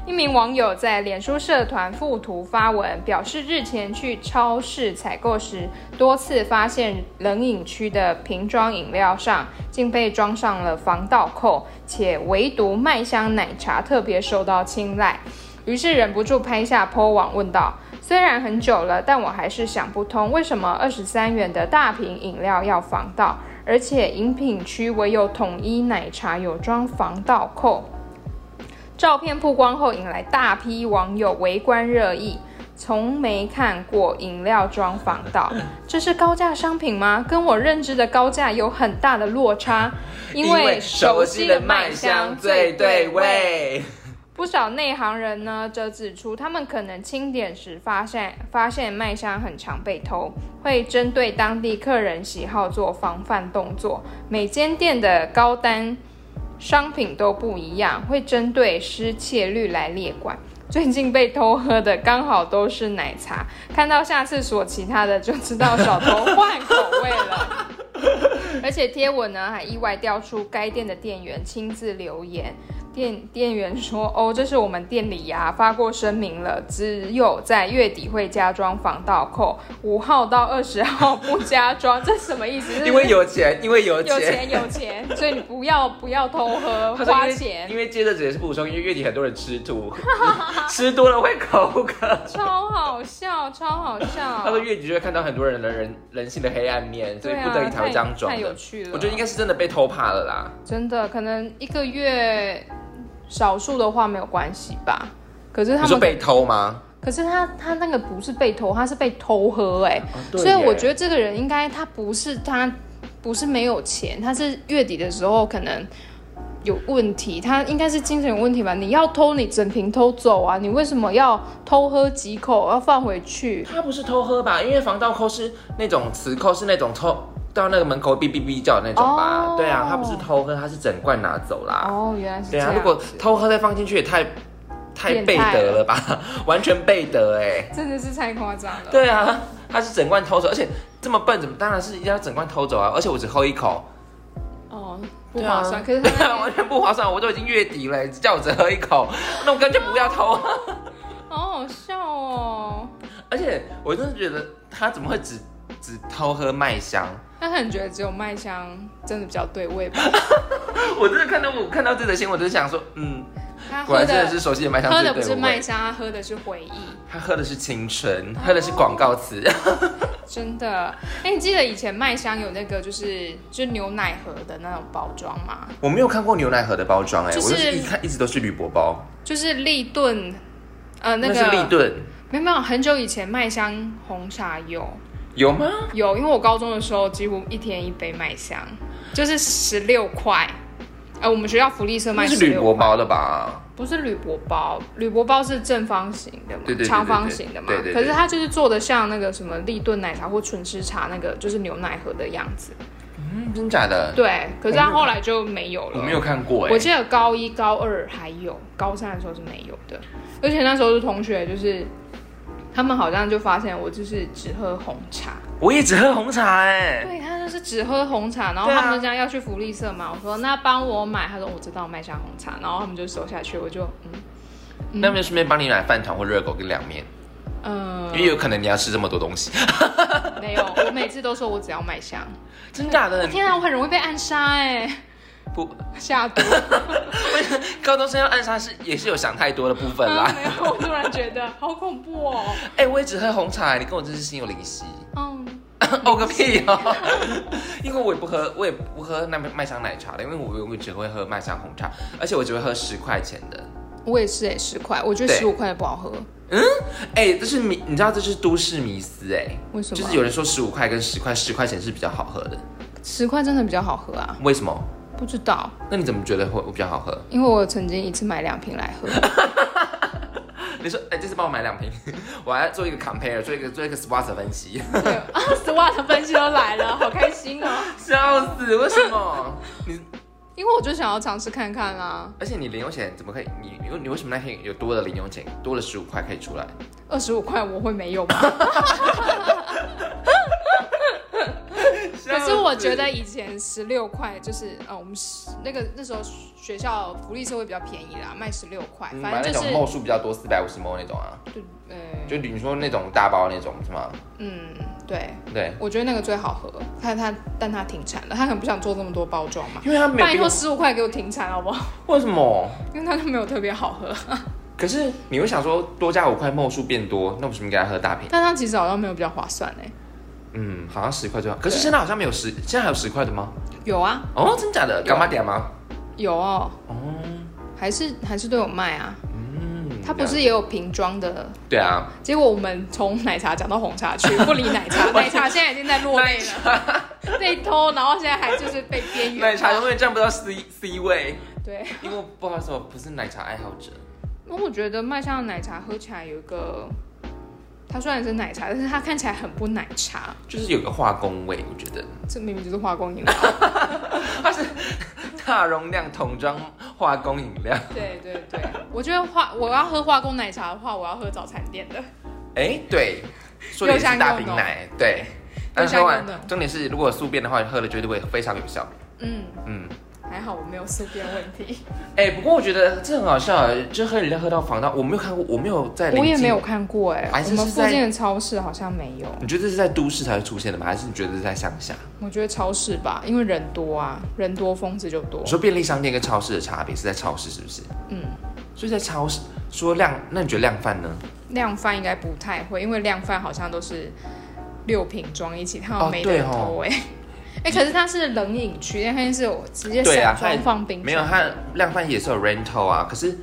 Speaker 2: 一名网友在脸书社团附图发文表示，日前去超市采购时，多次发现冷饮区的瓶装饮料上竟被装上了防盗扣，且唯独麦香奶茶特别受到青睐，于是忍不住拍下 po 网问道。虽然很久了，但我还是想不通，为什么二十三元的大瓶饮料要防盗，而且饮品区唯有统一奶茶有装防盗扣。照片曝光后，引来大批网友围观热议。从没看过饮料装防盗，这是高价商品吗？跟我认知的高价有很大的落差，因为
Speaker 1: 熟
Speaker 2: 熟
Speaker 1: 悉
Speaker 2: 悉
Speaker 1: 的
Speaker 2: 的
Speaker 1: 麦
Speaker 2: 麦
Speaker 1: 香
Speaker 2: 香
Speaker 1: 最
Speaker 2: 最
Speaker 1: 对
Speaker 2: 对味。
Speaker 1: 味。
Speaker 2: 不少内行人呢，则指出他们可能清点时发现发现麦香很常被偷，会针对当地客人喜好做防范动作。每间店的高单商品都不一样，会针对失窃率来列管。 最近被偷喝的刚好都是奶茶，看到下次所其他的就知道小偷换口味 了。而且贴文呢还意外调出该店的店员亲自留言，店店员说：“哦，这是我们店里呀、发过声明了，只有在月底会加装防盗扣，五号到二十号不加装，这什么意思？
Speaker 1: 因为有钱，因为有
Speaker 2: 有钱有钱，所以你不要不要偷喝，
Speaker 1: 他说因
Speaker 2: 花
Speaker 1: 为
Speaker 2: 钱
Speaker 1: 因为接着解释不补充，因为月底很多人吃土， 吃多了会口渴。
Speaker 2: 超好笑，超好笑。
Speaker 1: 他说月底就会看到很多人的人人性的黑暗面，所以
Speaker 2: 对啊
Speaker 1: 不得已才会这样装
Speaker 2: 太有
Speaker 1: 的。
Speaker 2: 趣了。
Speaker 1: 我觉得应该是真的被偷怕了啦。
Speaker 2: 真的可能一个月少数的话没有关系吧。可是
Speaker 1: 你
Speaker 2: 他
Speaker 1: 说
Speaker 2: 们，
Speaker 1: 被偷吗？
Speaker 2: 可是他他那个不是被偷，他是被偷喝哎、
Speaker 1: 哦
Speaker 2: 所以我觉得这个人应该他不是他不是没有钱，他是月底的时候可能有问题，他应该是精神有问题吧？你要偷你整瓶偷走啊，你为什么要偷喝几口要放回去？
Speaker 1: 他不是偷喝吧？因为防盗扣是那种磁扣，是那种偷到那个门口哔哔哔叫的那种吧？
Speaker 2: 哦
Speaker 1: 对啊，他不是偷喝，他是整罐拿走啦。
Speaker 2: 哦，原来是这
Speaker 1: 对
Speaker 2: 样
Speaker 1: 啊，
Speaker 2: 子。
Speaker 1: 如果偷喝再放进去也太太
Speaker 2: 变
Speaker 1: 背
Speaker 2: 态
Speaker 1: 德了吧？ 完全背德哎、
Speaker 2: 真的是太夸张了。
Speaker 1: 对啊，他是整罐偷走，而且这么笨，怎么当然是要整罐偷走啊！而且我只喝一口，
Speaker 2: 哦，不
Speaker 1: 对
Speaker 2: 划
Speaker 1: 啊，
Speaker 2: 算。可是他
Speaker 1: 对
Speaker 2: 那
Speaker 1: 啊，
Speaker 2: 边
Speaker 1: 完全不划算，我都已经月底了，叫我只喝一口，那我干脆不要偷。
Speaker 2: 好好笑哦！
Speaker 1: 而且我真的觉得他怎么会只只偷喝麦香？
Speaker 2: 他可能觉得只有麦香真的比较对味吧？
Speaker 1: 我真的看到我看到这则新闻，我就想说，嗯，
Speaker 2: 他
Speaker 1: 果
Speaker 2: 喝
Speaker 1: 然真的
Speaker 2: 的
Speaker 1: 是熟悉的麦香
Speaker 2: 喝
Speaker 1: 最
Speaker 2: 的
Speaker 1: 对
Speaker 2: 不是
Speaker 1: 味
Speaker 2: 麦香，他喝的是回忆，
Speaker 1: 他喝的是青春，喝的是广告词。
Speaker 2: 真的。哎、你记得以前麦香有那个就是就是牛奶盒的那种包装吗？
Speaker 1: 我没有看过牛奶盒的包装、哎、
Speaker 2: 就是
Speaker 1: 我就是一看一直都是铝箔包，
Speaker 2: 就是立顿，呃，
Speaker 1: 那
Speaker 2: 个
Speaker 1: 是立顿
Speaker 2: 没有没有，很久以前麦香红茶有
Speaker 1: 有吗？
Speaker 2: 有，因为我高中的时候几乎一天一杯麦香，就是十六块。呃，我们学校福利社卖
Speaker 1: 那是
Speaker 2: 16
Speaker 1: 铝箔包的吧？
Speaker 2: 不是铝箔包，铝箔包是正方形的嘛，
Speaker 1: 对对对对
Speaker 2: 长方形的嘛。
Speaker 1: 对对对
Speaker 2: 可是它就是做的像那个什么立顿奶茶或纯吃茶那个，就是牛奶盒的样子。
Speaker 1: 嗯，真假的？
Speaker 2: 对，可是它后来就没有了。
Speaker 1: 我没有看过、
Speaker 2: 我
Speaker 1: 哎，
Speaker 2: 记得高一、高二还有，高三的时候是没有的。而且那时候是同学，就是他们好像就发现我就是只喝红茶。
Speaker 1: 我也只喝红茶、哎，
Speaker 2: 对他就是只喝红茶，然后
Speaker 1: 对啊
Speaker 2: 他们就这样要去福利社嘛，我说那帮我买，他说我知道麦香红茶，然后他们就收下去，我就嗯
Speaker 1: 那边顺便帮你买饭团或热狗跟凉面，
Speaker 2: 嗯、
Speaker 1: 因为有可能你要吃这么多 东西。
Speaker 2: 没有，我每次都说我只要麦香。
Speaker 1: 真假的？
Speaker 2: 天啊，我很容易被暗杀哎、
Speaker 1: 不，
Speaker 2: 下毒
Speaker 1: 高中生要暗杀是也是有想太多的部分
Speaker 2: 啊！
Speaker 1: 啦。
Speaker 2: 没有，我突然觉得好恐怖哦。
Speaker 1: 哎、我也只喝红茶、哎你跟我真是心有灵犀。
Speaker 2: 嗯，
Speaker 1: 哦个屁 哦！因为我也不喝，我也不喝那麦香奶茶的，因为我我只会喝麦香红茶，而且我只会喝十块钱的。
Speaker 2: 我也是哎、十块，我觉得
Speaker 1: 对
Speaker 2: 十五块的不好喝，
Speaker 1: 哎、这是迷，你知道这是都市迷思哎、
Speaker 2: 为什么？啊
Speaker 1: 就是有人说十五块跟十块，十块钱是比较好喝的，
Speaker 2: 十块真的比较好喝啊？
Speaker 1: 为什么？
Speaker 2: 不知道，
Speaker 1: 那你怎么觉得会会比较好喝？
Speaker 2: 因为我曾经一次买两瓶来 喝，
Speaker 1: 你说，哎、这次帮我买两瓶， 我还要做一个 compare，做一个做一个 sponsor 分析，
Speaker 2: 对啊，十万的分析都来了，好开心哦！
Speaker 1: 笑死！为什么？你
Speaker 2: 因为我就想要尝试看看啊，
Speaker 1: 而且你零用钱怎么可以？你你你为什么那天有多的零用钱，多了十五块可以出来？
Speaker 2: 二十五块我会没有 吧？可是我觉得以前十六块就是呃，我们十那个那时候学校福利社会比较便宜啦，卖十六块，
Speaker 1: 你嗯买
Speaker 2: 反
Speaker 1: 那
Speaker 2: 正就
Speaker 1: 种
Speaker 2: 是
Speaker 1: 墨数比较多，四百五十毛那种啊，
Speaker 2: 对，呃，
Speaker 1: 就你说那种大包那种是吗？
Speaker 2: 嗯，对，
Speaker 1: 对，
Speaker 2: 我觉得那个最好喝。看它，但它停产了，他很不想做这么多包装嘛。
Speaker 1: 因为他没有
Speaker 2: 拜
Speaker 1: 给
Speaker 2: 托
Speaker 1: 你，
Speaker 2: 十五块给我停产好不好？
Speaker 1: 为什么？
Speaker 2: 因为它就没有特别好喝，
Speaker 1: 可是你会想说多加五块墨数变多，那为什么给他喝大瓶？
Speaker 2: 但它其实好像没有比较划算哎。
Speaker 1: 嗯，好像十块就好。可是
Speaker 2: 对
Speaker 1: 现在好像没有十，现在还有十块的吗？
Speaker 2: 有啊，
Speaker 1: 哦，真假的？
Speaker 2: 有
Speaker 1: 干妈点吗？
Speaker 2: 有哦，
Speaker 1: 哦，
Speaker 2: 还是还是都有卖啊。
Speaker 1: 嗯，
Speaker 2: 它不是也有瓶装的？
Speaker 1: 对啊，
Speaker 2: 结果我们从奶茶讲到红茶 去，不理奶茶，奶茶现在已经在落泪了， 被偷，然后现在还就是被 边缘。
Speaker 1: 奶茶永远站不到 C C 位，
Speaker 2: 对，
Speaker 1: 因为不好意思，我不是奶茶爱好者。
Speaker 2: 那我觉得麦香的奶茶喝起来有一个，它虽然是奶茶，但是它看起来很不奶茶，
Speaker 1: 就是有个化工味，我觉得
Speaker 2: 这明明就是化工饮料。
Speaker 1: 它是大容量桶装化工饮料。
Speaker 2: 对对对，我觉得化我要喝化工奶茶的话，我要喝早餐店的。
Speaker 1: 哎，对，说的也是大瓶奶，对。但是喝完，重点是如果宿便的话，喝了绝对会非常有效。
Speaker 2: 嗯，
Speaker 1: 嗯，
Speaker 2: 还好我没有宿便问题，
Speaker 1: 哎，不过我觉得这很好笑，就喝饮料喝到防盗，我没有看过，我没有在临
Speaker 2: 我也
Speaker 1: 近
Speaker 2: 没有看过哎、
Speaker 1: 还是
Speaker 2: 我们
Speaker 1: 是
Speaker 2: 附
Speaker 1: 在
Speaker 2: 近的超市好像没有，
Speaker 1: 你觉得这是在都市才会出现的吗？还是你觉得是在乡下？
Speaker 2: 我觉得超市吧，因为人多啊，人多疯子就多
Speaker 1: 你。说便利商店跟超市的差别是在超市是不是？
Speaker 2: 嗯，
Speaker 1: 所以在超市说量，那你觉得量贩呢？
Speaker 2: 量贩应该不太会，因为量贩好像都是六瓶装一起，它好像
Speaker 1: 哦
Speaker 2: 没
Speaker 1: 对
Speaker 2: 得
Speaker 1: 哦
Speaker 2: 偷哎、 哎、可是它是冷饮区，它是我直接
Speaker 1: 对啊
Speaker 2: 散
Speaker 1: 它也
Speaker 2: 装放冰箱。
Speaker 1: 没有，它量贩也是有 rental 啊，可是，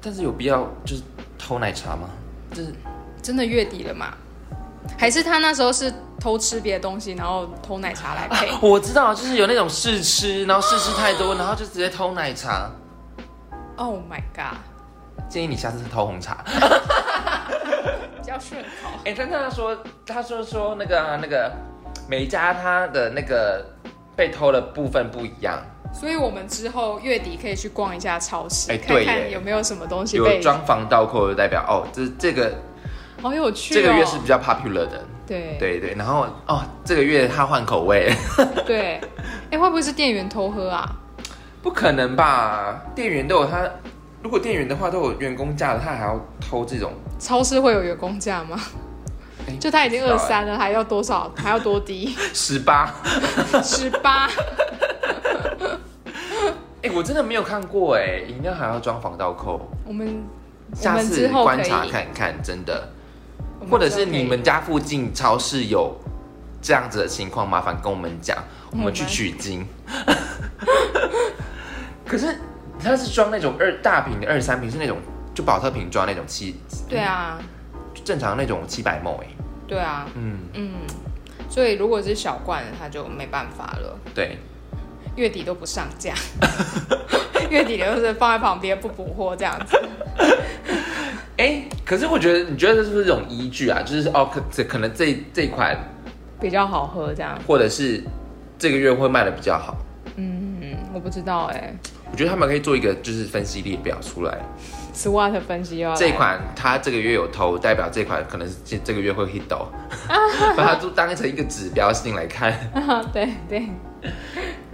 Speaker 1: 但是有必要就是偷奶茶吗？就是
Speaker 2: 真的月底了嘛？还是他那时候是偷吃别的东西，然后偷奶茶来 配？
Speaker 1: 我知道，就是有那种试吃，然后试吃太多，然后就直接偷奶茶。
Speaker 2: oh my god，
Speaker 1: 建议你下次偷红 茶。
Speaker 2: 比较顺口。
Speaker 1: 哎、但他说，他说说那个啊、那个每一家他的那个被偷的部分不一样，
Speaker 2: 所以我们之后月底可以去逛一下超市，
Speaker 1: 哎
Speaker 2: 看
Speaker 1: 对
Speaker 2: 看
Speaker 1: 耶
Speaker 2: 有没有什么东西
Speaker 1: 有
Speaker 2: 被
Speaker 1: 装防盗扣就代表哦，这这个
Speaker 2: 好有趣、
Speaker 1: 这
Speaker 2: 哦。
Speaker 1: 个月是比较 popular 的，
Speaker 2: 对
Speaker 1: 对对。然后哦，这个月他换口味，
Speaker 2: 对， 哎、会不会是店员偷喝啊？
Speaker 1: 不可能吧？店员都有他，如果店员的话都有员工价了，他还要偷这种？
Speaker 2: 超市会有员工价吗？
Speaker 1: 哎
Speaker 2: 就他已经
Speaker 1: 不知
Speaker 2: 二
Speaker 1: 道
Speaker 2: 三了，还要多少？还要 多低？
Speaker 1: 十八？
Speaker 2: 十八？
Speaker 1: 哎，我真的没有看过哎，饮料还要装防盗扣，
Speaker 2: 我们我
Speaker 1: 下
Speaker 2: 们之
Speaker 1: 次
Speaker 2: 后可
Speaker 1: 观
Speaker 2: 以
Speaker 1: 察，看看，真的。
Speaker 2: 我
Speaker 1: 或者
Speaker 2: 之后
Speaker 1: 是
Speaker 2: 可以
Speaker 1: 你们家附近超市有这样子的情况，麻烦跟我们讲，我
Speaker 2: 我们
Speaker 1: 们去取经。
Speaker 2: 嗯
Speaker 1: 可是它是装那种二大瓶的二三瓶，是那种就保特瓶装那种七，
Speaker 2: 对啊，
Speaker 1: 就正常那种七百 ml 哎，
Speaker 2: 对啊，
Speaker 1: 嗯，
Speaker 2: 嗯，所以如果是小罐，它就没办法了，
Speaker 1: 对，
Speaker 2: 月底都不上 架，月底就是放在旁边不补货这样子。
Speaker 1: 哎、可是我觉得你觉得这是不是一种依据啊？就是哦，可这可能这这款
Speaker 2: 比较好喝，这样，
Speaker 1: 或者是这个月会卖的比较好，
Speaker 2: 嗯，我不知道哎、
Speaker 1: 我觉得他们可以做一个就是分析列表出来，
Speaker 2: SWOT 分析又要来
Speaker 1: 这一款它这个月有投，代表这款可能是这这个月会 hit 到，把它都当成一个指标性来看。
Speaker 2: 对对，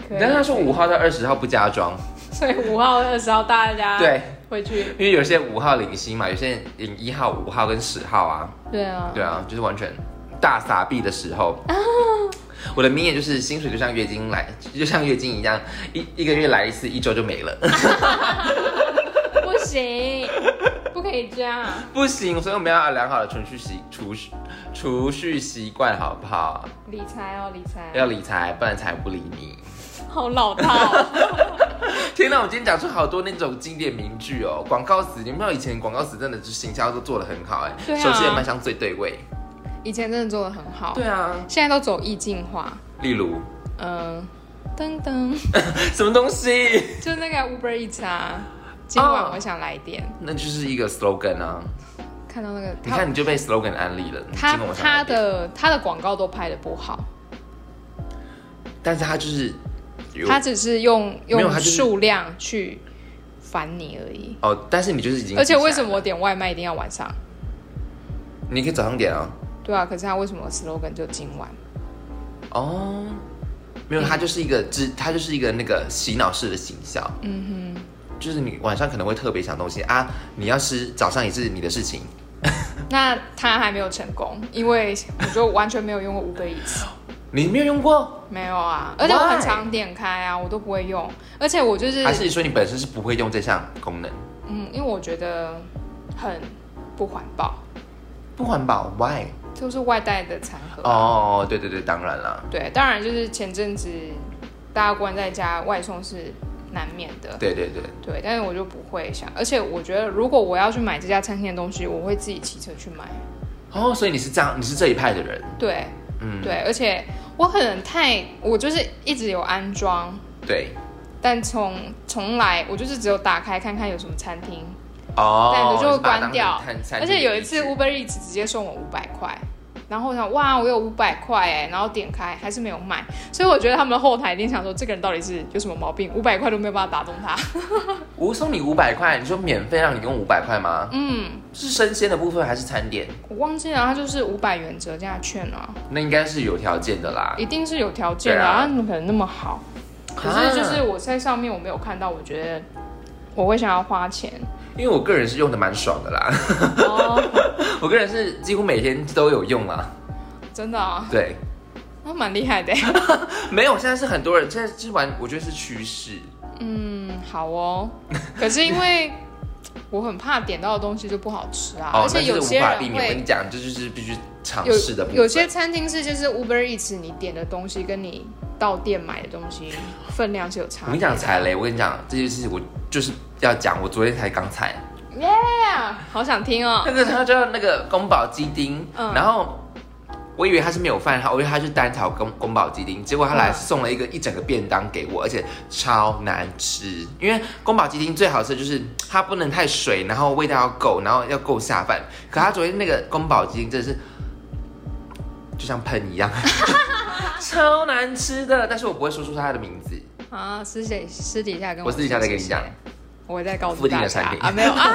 Speaker 2: 可
Speaker 1: 但是他
Speaker 2: 以。
Speaker 1: 说五号到二十号不加装，
Speaker 2: 所以五号、二十号大家
Speaker 1: 对，
Speaker 2: 会去，
Speaker 1: 因为有些五号领先嘛，有些人领一号、五号跟十号啊，
Speaker 2: 对啊，
Speaker 1: 对啊，就是完全大傻逼的时候。
Speaker 2: 哦
Speaker 1: 我的名言就是薪水就像月经来，就像月经一样，一一个月来一次，一周就没了。
Speaker 2: 啊不行，不可以这样。
Speaker 1: 不行，所以我们要有良好的储蓄习储蓄储蓄习惯，好不好？
Speaker 2: 理财哦，理财，
Speaker 1: 要理财，不然财不理你。
Speaker 2: 好老套哦、
Speaker 1: 天哪，我今天讲出好多那种经典名句哦，广告词，你们知道以前广告词真的就是行销都做的很好哎、
Speaker 2: 对啊
Speaker 1: 手机的卖相最对味。
Speaker 2: 以前真的做的很好，
Speaker 1: 对，啊，
Speaker 2: 现在都走意境化，
Speaker 1: 例如
Speaker 2: 嗯、噔噔。
Speaker 1: 什么东西，
Speaker 2: 就那个 Uber Eats 啊，今晚我想来一点。
Speaker 1: 那就是一个 slogan 啊，
Speaker 2: 看到那个
Speaker 1: 你
Speaker 2: 他
Speaker 1: 看你就被 slogan 安利了。
Speaker 2: 他
Speaker 1: 你今晚上
Speaker 2: 他
Speaker 1: 来点，
Speaker 2: 的他的广告都拍的不好，
Speaker 1: 但是他就是有
Speaker 2: 他只是用
Speaker 1: 没有
Speaker 2: 用
Speaker 1: 他就是
Speaker 2: 数量去烦你而已。
Speaker 1: 哦，但是你就是已经，
Speaker 2: 而且为什么我点外卖一定要晚上？
Speaker 1: 你可以早上点啊？
Speaker 2: 对啊，可是他为什么 slogan 就今晚？
Speaker 1: 哦，没有，他就是一个知，他就是一个那个洗脑式的行销。嗯哼，就是你晚上可能会特别想东西啊，你要吃早上也是你的事情。
Speaker 2: 那他还没有成功，因为我就完全没有用过 Uber Eats，
Speaker 1: 你没有用过，
Speaker 2: 没有啊，而且我很
Speaker 1: Why？
Speaker 2: 常点开啊，我都不会用，而且我就是
Speaker 1: 还是你说你本身是不会用这项功能？
Speaker 2: 嗯，因为我觉得很不环保，
Speaker 1: 不环保？Why？
Speaker 2: 就是外带的餐盒啊
Speaker 1: 哦，对对对，当然啦，
Speaker 2: 对，当然就是前阵子大家关在家，外送是难免的。
Speaker 1: 对对对，
Speaker 2: 对，但是我就不会想，而且我觉得如果我要去买这家餐厅的东西，我会自己骑车去买。
Speaker 1: 哦，所以你是这样，你是这一派的人，
Speaker 2: 对
Speaker 1: 嗯，
Speaker 2: 对，而且我可能太，我就是一直有安装，
Speaker 1: 对，
Speaker 2: 但从从来我就是只有打开看看有什么餐厅，
Speaker 1: 哦，
Speaker 2: 但我就
Speaker 1: 你是把它当
Speaker 2: 关
Speaker 1: 成
Speaker 2: 掉
Speaker 1: 探。
Speaker 2: 而且有一次
Speaker 1: 探
Speaker 2: Uber Eats 直接送我五百块，然后我想哇，我有五百块哎，然后点开还是没有卖，所以我觉得他们的后台一定想说这个人到底是有什么毛病，五百块都没有办法打动他。
Speaker 1: 我送你五百块，你说免费让你用五百块吗？嗯，是生鲜的部分还是餐点？
Speaker 2: 我忘记了，他就是五百元折价券啊，
Speaker 1: 那应该是有条件的啦。
Speaker 2: 一定是有条件的、
Speaker 1: 嗯对啊
Speaker 2: 啊，他怎么可能那么好？可
Speaker 1: 啊
Speaker 2: 是就是我在上面我没有看到，我觉得我会想要花 钱
Speaker 1: 因为我个人是用的蛮爽的啦，
Speaker 2: 哦，
Speaker 1: 我个人是几乎每天都有用啦。
Speaker 2: 真的啊，
Speaker 1: 对，
Speaker 2: 那蛮厉害的。
Speaker 1: 没有，现在是很多人现在是玩，我觉得是趋势。
Speaker 2: 嗯，好 哦。可是因为我很怕点到的东西就不好吃啊，
Speaker 1: 哦
Speaker 2: 而，
Speaker 1: 那
Speaker 2: 且
Speaker 1: 就
Speaker 2: 有
Speaker 1: 是
Speaker 2: 些
Speaker 1: 无法
Speaker 2: 人
Speaker 1: 避免。我跟
Speaker 2: 会
Speaker 1: 你讲，这就是必须尝
Speaker 2: 有
Speaker 1: 试的部分。
Speaker 2: 有些餐厅是就是 Uber Eats 你点的东西跟你到店买的东西分量是有差
Speaker 1: 我跟
Speaker 2: 别
Speaker 1: 你讲
Speaker 2: 的。
Speaker 1: 踩雷，我跟你讲这件事情，我就是要讲，我昨天才刚踩。
Speaker 2: 啊好想听哦。
Speaker 1: 那个他叫那个宫保鸡丁，
Speaker 2: 嗯
Speaker 1: 然后我以为他是没有饭，我以为他是单炒宫宫保鸡丁，结果他来
Speaker 2: 嗯
Speaker 1: 送了一个一整个便当给我，而且超难吃。因为宫保鸡丁最好吃的就是它不能太水，然后味道要够，然后要够下饭。可他昨天那个宫保鸡丁真的是就像喷一样， 超难吃的。但是我不会说出它的名字，
Speaker 2: 啊，私底私底下跟
Speaker 1: 我私底下再跟你讲。
Speaker 2: 我会再告
Speaker 1: 附
Speaker 2: 诉
Speaker 1: 近的
Speaker 2: 大家
Speaker 1: 餐厅
Speaker 2: 啊，没有啊，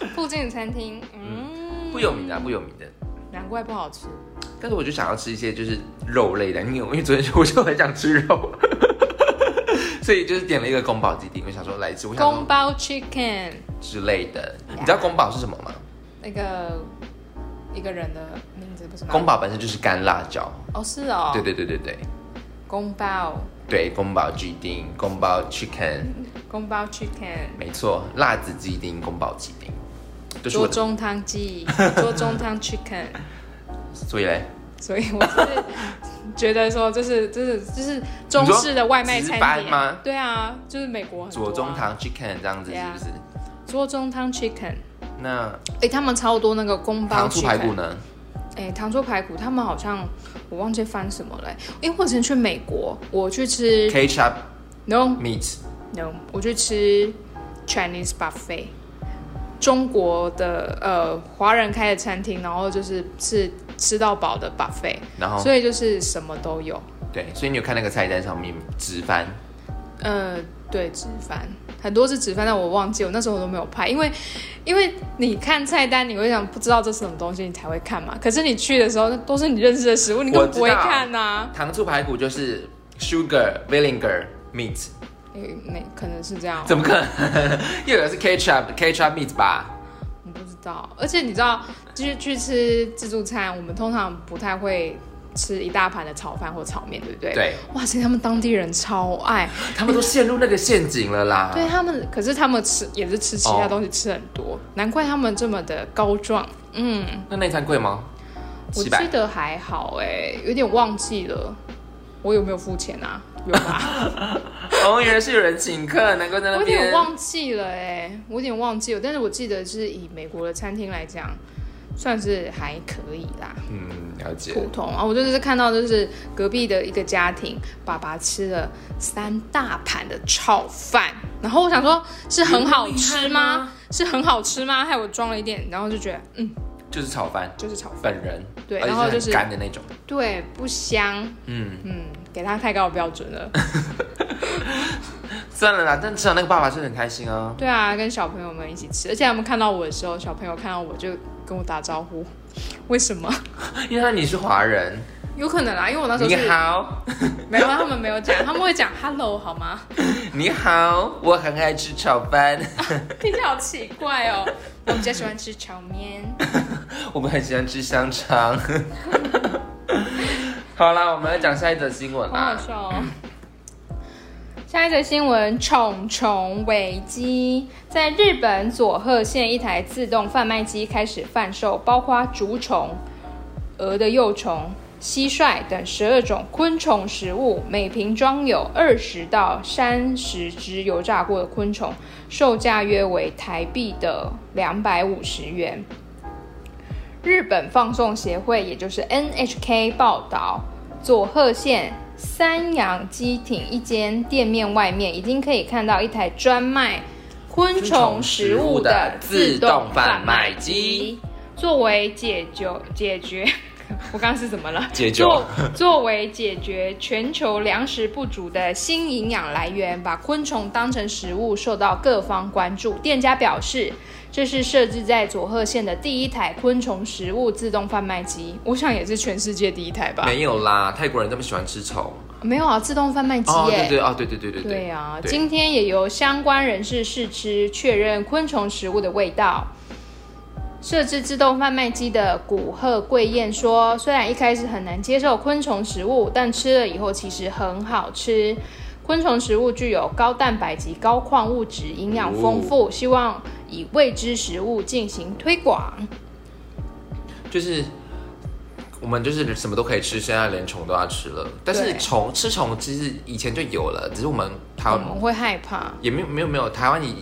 Speaker 2: 附近的餐厅，嗯，
Speaker 1: 不有名的、啊、不有名的。
Speaker 2: 难怪不好吃。
Speaker 1: 但是我就想要吃一些就是肉类的，因为我因为昨天我就很想吃肉，所以就是点了一个宫保鸡丁，我想说来吃，我想
Speaker 2: 宫
Speaker 1: 说
Speaker 2: 包 chicken
Speaker 1: 之类的。你知道宫保是什么吗？
Speaker 2: 那个一个人的名字不是吗？
Speaker 1: 宫保本身就是干辣椒，
Speaker 2: 哦，是嗯哦，
Speaker 1: 对对对对对
Speaker 2: 宫包，
Speaker 1: 对，宫保鸡丁、宫保 chicken，
Speaker 2: 宫包 chicken，
Speaker 1: 没错，辣子鸡丁、宫保鸡丁，就是我
Speaker 2: 桌
Speaker 1: 的。
Speaker 2: 中 汤鸡，桌中汤 chicken，
Speaker 1: 所以嘞，
Speaker 2: 所以我是觉得说，就是就是就是中式的外
Speaker 1: 你
Speaker 2: 卖餐
Speaker 1: 说直
Speaker 2: 点
Speaker 1: 班吗
Speaker 2: 对啊，就是美国很多、啊、
Speaker 1: 左宗，棠 chicken 这样子
Speaker 2: 对
Speaker 1: 是
Speaker 2: 啊
Speaker 1: 不是？
Speaker 2: 桌中汤 chicken，
Speaker 1: 那
Speaker 2: 哎、他们超多那个宫包
Speaker 1: 糖
Speaker 2: chicken，
Speaker 1: 醋排骨呢？
Speaker 2: 哎、糖醋排骨，他们好像我忘记翻什么了、欸，因为我之前去美国，我去吃
Speaker 1: ketchup
Speaker 2: no
Speaker 1: meat
Speaker 2: no，我去吃 Chinese buffet，中国的呃华人开的餐厅，然后就是是吃到饱的 buffet，、
Speaker 1: 然后
Speaker 2: 所以就是什么都有。
Speaker 1: 对，所以你有看那个菜单上面直翻，
Speaker 2: 呃，对，直翻很多是直翻，但我忘记我那时候我都没有拍，因为因为你看菜单，你会想不知道这是什么东西，你才会看嘛。可是你去的时候，那都是你认识的食物，你根本不会
Speaker 1: 我知道
Speaker 2: 看呐、啊。
Speaker 1: 糖醋排骨就是 sugar vinegar meat，
Speaker 2: 诶那可能是这样，
Speaker 1: 怎么可能？又有是 ketchup ketchup meat 吧？
Speaker 2: 我不知道。而且你知道，就是去吃自助餐，我们通常不太会吃一大盘的炒饭或炒面，对不对？。
Speaker 1: 对，
Speaker 2: 哇塞，他们当地人超爱，
Speaker 1: 哎他们都陷入那个陷阱了啦。
Speaker 2: 对他们，可是他们吃也是吃其他东西吃很多，难怪他们这么的高壮。嗯，
Speaker 1: 那那一餐贵吗？
Speaker 2: 我
Speaker 1: 七
Speaker 2: 记
Speaker 1: 百。
Speaker 2: 得还好哎、有点忘记了，我有没有付钱啊？有吧？
Speaker 1: 哦，原来是有人请客，难怪在
Speaker 2: 我
Speaker 1: 那
Speaker 2: 有点
Speaker 1: 边。
Speaker 2: 忘记了哎、我有点忘记了，但是我记得是以美国的餐厅来讲，算是还可以啦。
Speaker 1: 嗯，了解。
Speaker 2: 普通啊，我就是看到就是隔壁的一个家庭，爸爸吃了三大盘的炒饭，然后我想说是很好吃
Speaker 1: 有那么厉害
Speaker 2: 吗
Speaker 1: 吗？
Speaker 2: 是很好吃吗？害我装了一点，然后就觉得嗯，
Speaker 1: 就是炒饭，
Speaker 2: 就是炒饭，
Speaker 1: 本人。
Speaker 2: 对
Speaker 1: 而且
Speaker 2: 然后
Speaker 1: 啊很
Speaker 2: 就是
Speaker 1: 干的那种。
Speaker 2: 对，不香，
Speaker 1: 嗯，
Speaker 2: 嗯，给他太高的标 准了。
Speaker 1: 算了啦，但至少那个爸爸是很开心啊。
Speaker 2: 对啊，跟小朋友们一起吃，而且他们看到我的时候，小朋友看到我就跟我打招呼，为什么？
Speaker 1: 因为他你是华人，
Speaker 2: 有可能啦，啊因为我那时候
Speaker 1: 你
Speaker 2: 是
Speaker 1: 好，
Speaker 2: 没有，他们没有讲，他们会讲 hello 好 吗？
Speaker 1: 你好，我很爱吃炒饭，
Speaker 2: 听起来好奇怪哦。我比较喜欢吃炒面。
Speaker 1: 我们很喜欢吃香肠。 好啦，我们来讲下一则新闻
Speaker 2: 好好
Speaker 1: 啦。
Speaker 2: 笑哦。 下一则新闻：虫虫危机。在日本佐贺县，一台自动贩卖机开始贩售包括竹虫、蛾的幼虫、蟋蟀等十二种昆虫食物，每瓶装有二十到三十只油炸过的昆虫，售价约为台币的两百五十元。日本放送协会，也就是 NHK 报道，佐贺县三洋机町一间店面外面已经可以看到一台专卖昆虫食物的自动贩卖机，作为解决解决 我刚刚是怎么了？
Speaker 1: 解救
Speaker 2: 作 作为解决全球粮食不足的新营养来源，把昆虫当成食物受到各方关注。店家表示，这是设置在佐贺县的第一台昆虫食物自动贩卖机，我想也是全世界第一台吧？
Speaker 1: 没有啦，泰国人这么喜欢吃虫。
Speaker 2: 没有啊，自动贩卖机
Speaker 1: 哦，
Speaker 2: 耶、
Speaker 1: 对对哦，对对对对对。
Speaker 2: 对啊，
Speaker 1: 对
Speaker 2: 今天也由相关人士试吃，确认昆虫食物的味道。设置自动贩卖机的古贺贵彦说：“虽然一开始很难接受昆虫食物，但吃了以后其实很好吃。昆虫食物具有高蛋白及高矿物质，营养
Speaker 1: 哦
Speaker 2: 丰富，希望以未知食物进行推广。
Speaker 1: 就是我们就是什么都可以吃，现在连虫都要吃了。但是
Speaker 2: 对
Speaker 1: 虫吃虫其实以前就有了，只是我们台
Speaker 2: 我
Speaker 1: 湾、
Speaker 2: 们会害怕
Speaker 1: 也没有没有没有台湾以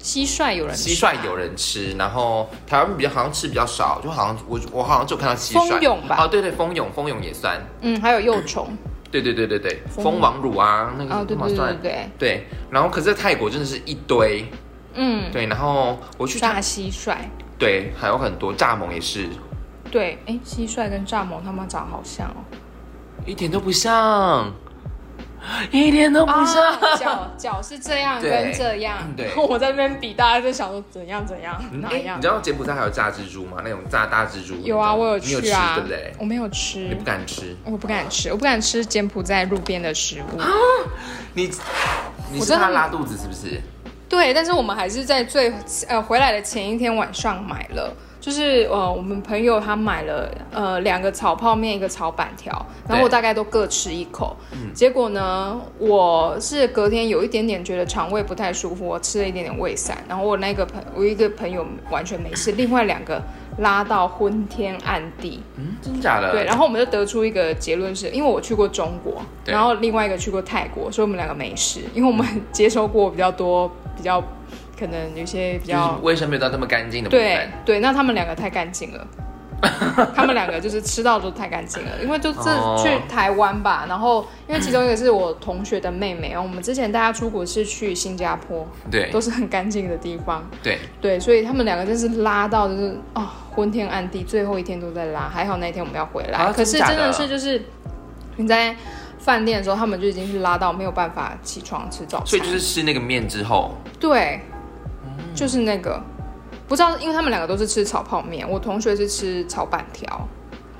Speaker 2: 蟋蟀有人吃
Speaker 1: 蟋蟀有人吃，然后台湾比较好像吃比较少，就好像我我好像就有看到蟋蟀
Speaker 2: 蜂蛹吧
Speaker 1: 哦对对，蜂蛹蜂蛹也算，
Speaker 2: 嗯，还有幼虫
Speaker 1: 对对对对对，
Speaker 2: 蜂
Speaker 1: 蜂王乳啊那
Speaker 2: 啊、
Speaker 1: 个
Speaker 2: 对
Speaker 1: 嘛
Speaker 2: 对对
Speaker 1: 算、
Speaker 2: 对对，
Speaker 1: 对，然后可是在泰国真的是一堆，
Speaker 2: 嗯，
Speaker 1: 对，然后我去
Speaker 2: 大蟋蟀。”
Speaker 1: 对还有很多蚱蜢也是，
Speaker 2: 对，哎，蟋蟀跟蚱蜢他们长得好像哦，
Speaker 1: 一点都不像，一点都不像。
Speaker 2: 啊脚脚是这样
Speaker 1: 对嗯
Speaker 2: 跟这样，
Speaker 1: 对
Speaker 2: 我在那边比，大家就想说怎样怎样哪
Speaker 1: 哎
Speaker 2: 样
Speaker 1: 你知。道柬埔寨还有炸蜘蛛吗？那种炸大蜘蛛。
Speaker 2: 有
Speaker 1: 你知道吗
Speaker 2: 啊，我有
Speaker 1: 你有
Speaker 2: 去
Speaker 1: 吃
Speaker 2: 啊，嗯
Speaker 1: 对不对？
Speaker 2: 我没有
Speaker 1: 你
Speaker 2: 吃
Speaker 1: 不，啊敢吃，
Speaker 2: 我不敢吃，我不敢吃柬埔寨路边的食物。
Speaker 1: 你你
Speaker 2: 我
Speaker 1: 是
Speaker 2: 真的
Speaker 1: 怕拉肚子是不是？
Speaker 2: 对，但是我们还是在最呃回来的前一天晚上买了，就是呃我们朋友他买了呃两个炒泡面一个炒板条，然后我
Speaker 1: 对
Speaker 2: 大概都各吃一口，结果呢我是隔天有一点点觉得肠胃不太舒服，我吃了一点点胃散，然后我那个朋我一个朋友完全没事，另外两个拉到昏天暗地，
Speaker 1: 嗯，真假的？
Speaker 2: 对，然后我们就得出一个结论是，因为我去过中国，
Speaker 1: 对
Speaker 2: 然后另外一个去过泰国，所以我们两个没事，因为我们接收过比较多比较可能有些比
Speaker 1: 就是
Speaker 2: 较
Speaker 1: 卫生没有到那么干净的部
Speaker 2: 对
Speaker 1: 分。
Speaker 2: 对，那他们两个太 干净了。他们两个就是吃到都太干净了，因为就
Speaker 1: 哦
Speaker 2: 这去台湾吧，然后因为其中一个是我同学的妹妹，然后我们之前大家出国是去新加坡，
Speaker 1: 对
Speaker 2: 都是很干净的地方，
Speaker 1: 对，
Speaker 2: 对，所以他们两个真是拉到就是哦昏天暗地，最后一天都在拉。还好那一天我们要回来，
Speaker 1: 啊
Speaker 2: 可是
Speaker 1: 真的假
Speaker 2: 真
Speaker 1: 的
Speaker 2: 的是就是你在饭店的时候，他们就已经是拉到没有办法起床吃早餐，
Speaker 1: 所以就是嗯吃那个面之后，
Speaker 2: 对，就是那个不知道，因为他们两个都是吃炒泡面，我同学是吃炒板条，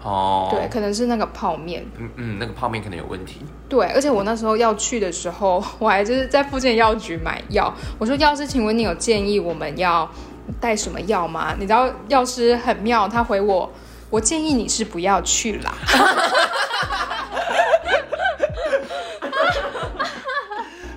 Speaker 1: 哦，
Speaker 2: 对，，可能是那个泡面。
Speaker 1: 嗯嗯，那个泡面可能有问题。
Speaker 2: 对，而且我那时候要去的时候，我还就是在附近的药局买药。我说：“药师，请问你有建议我们要带什么药吗？”你知道药师很妙，他回我：“我建议你是不要去啦。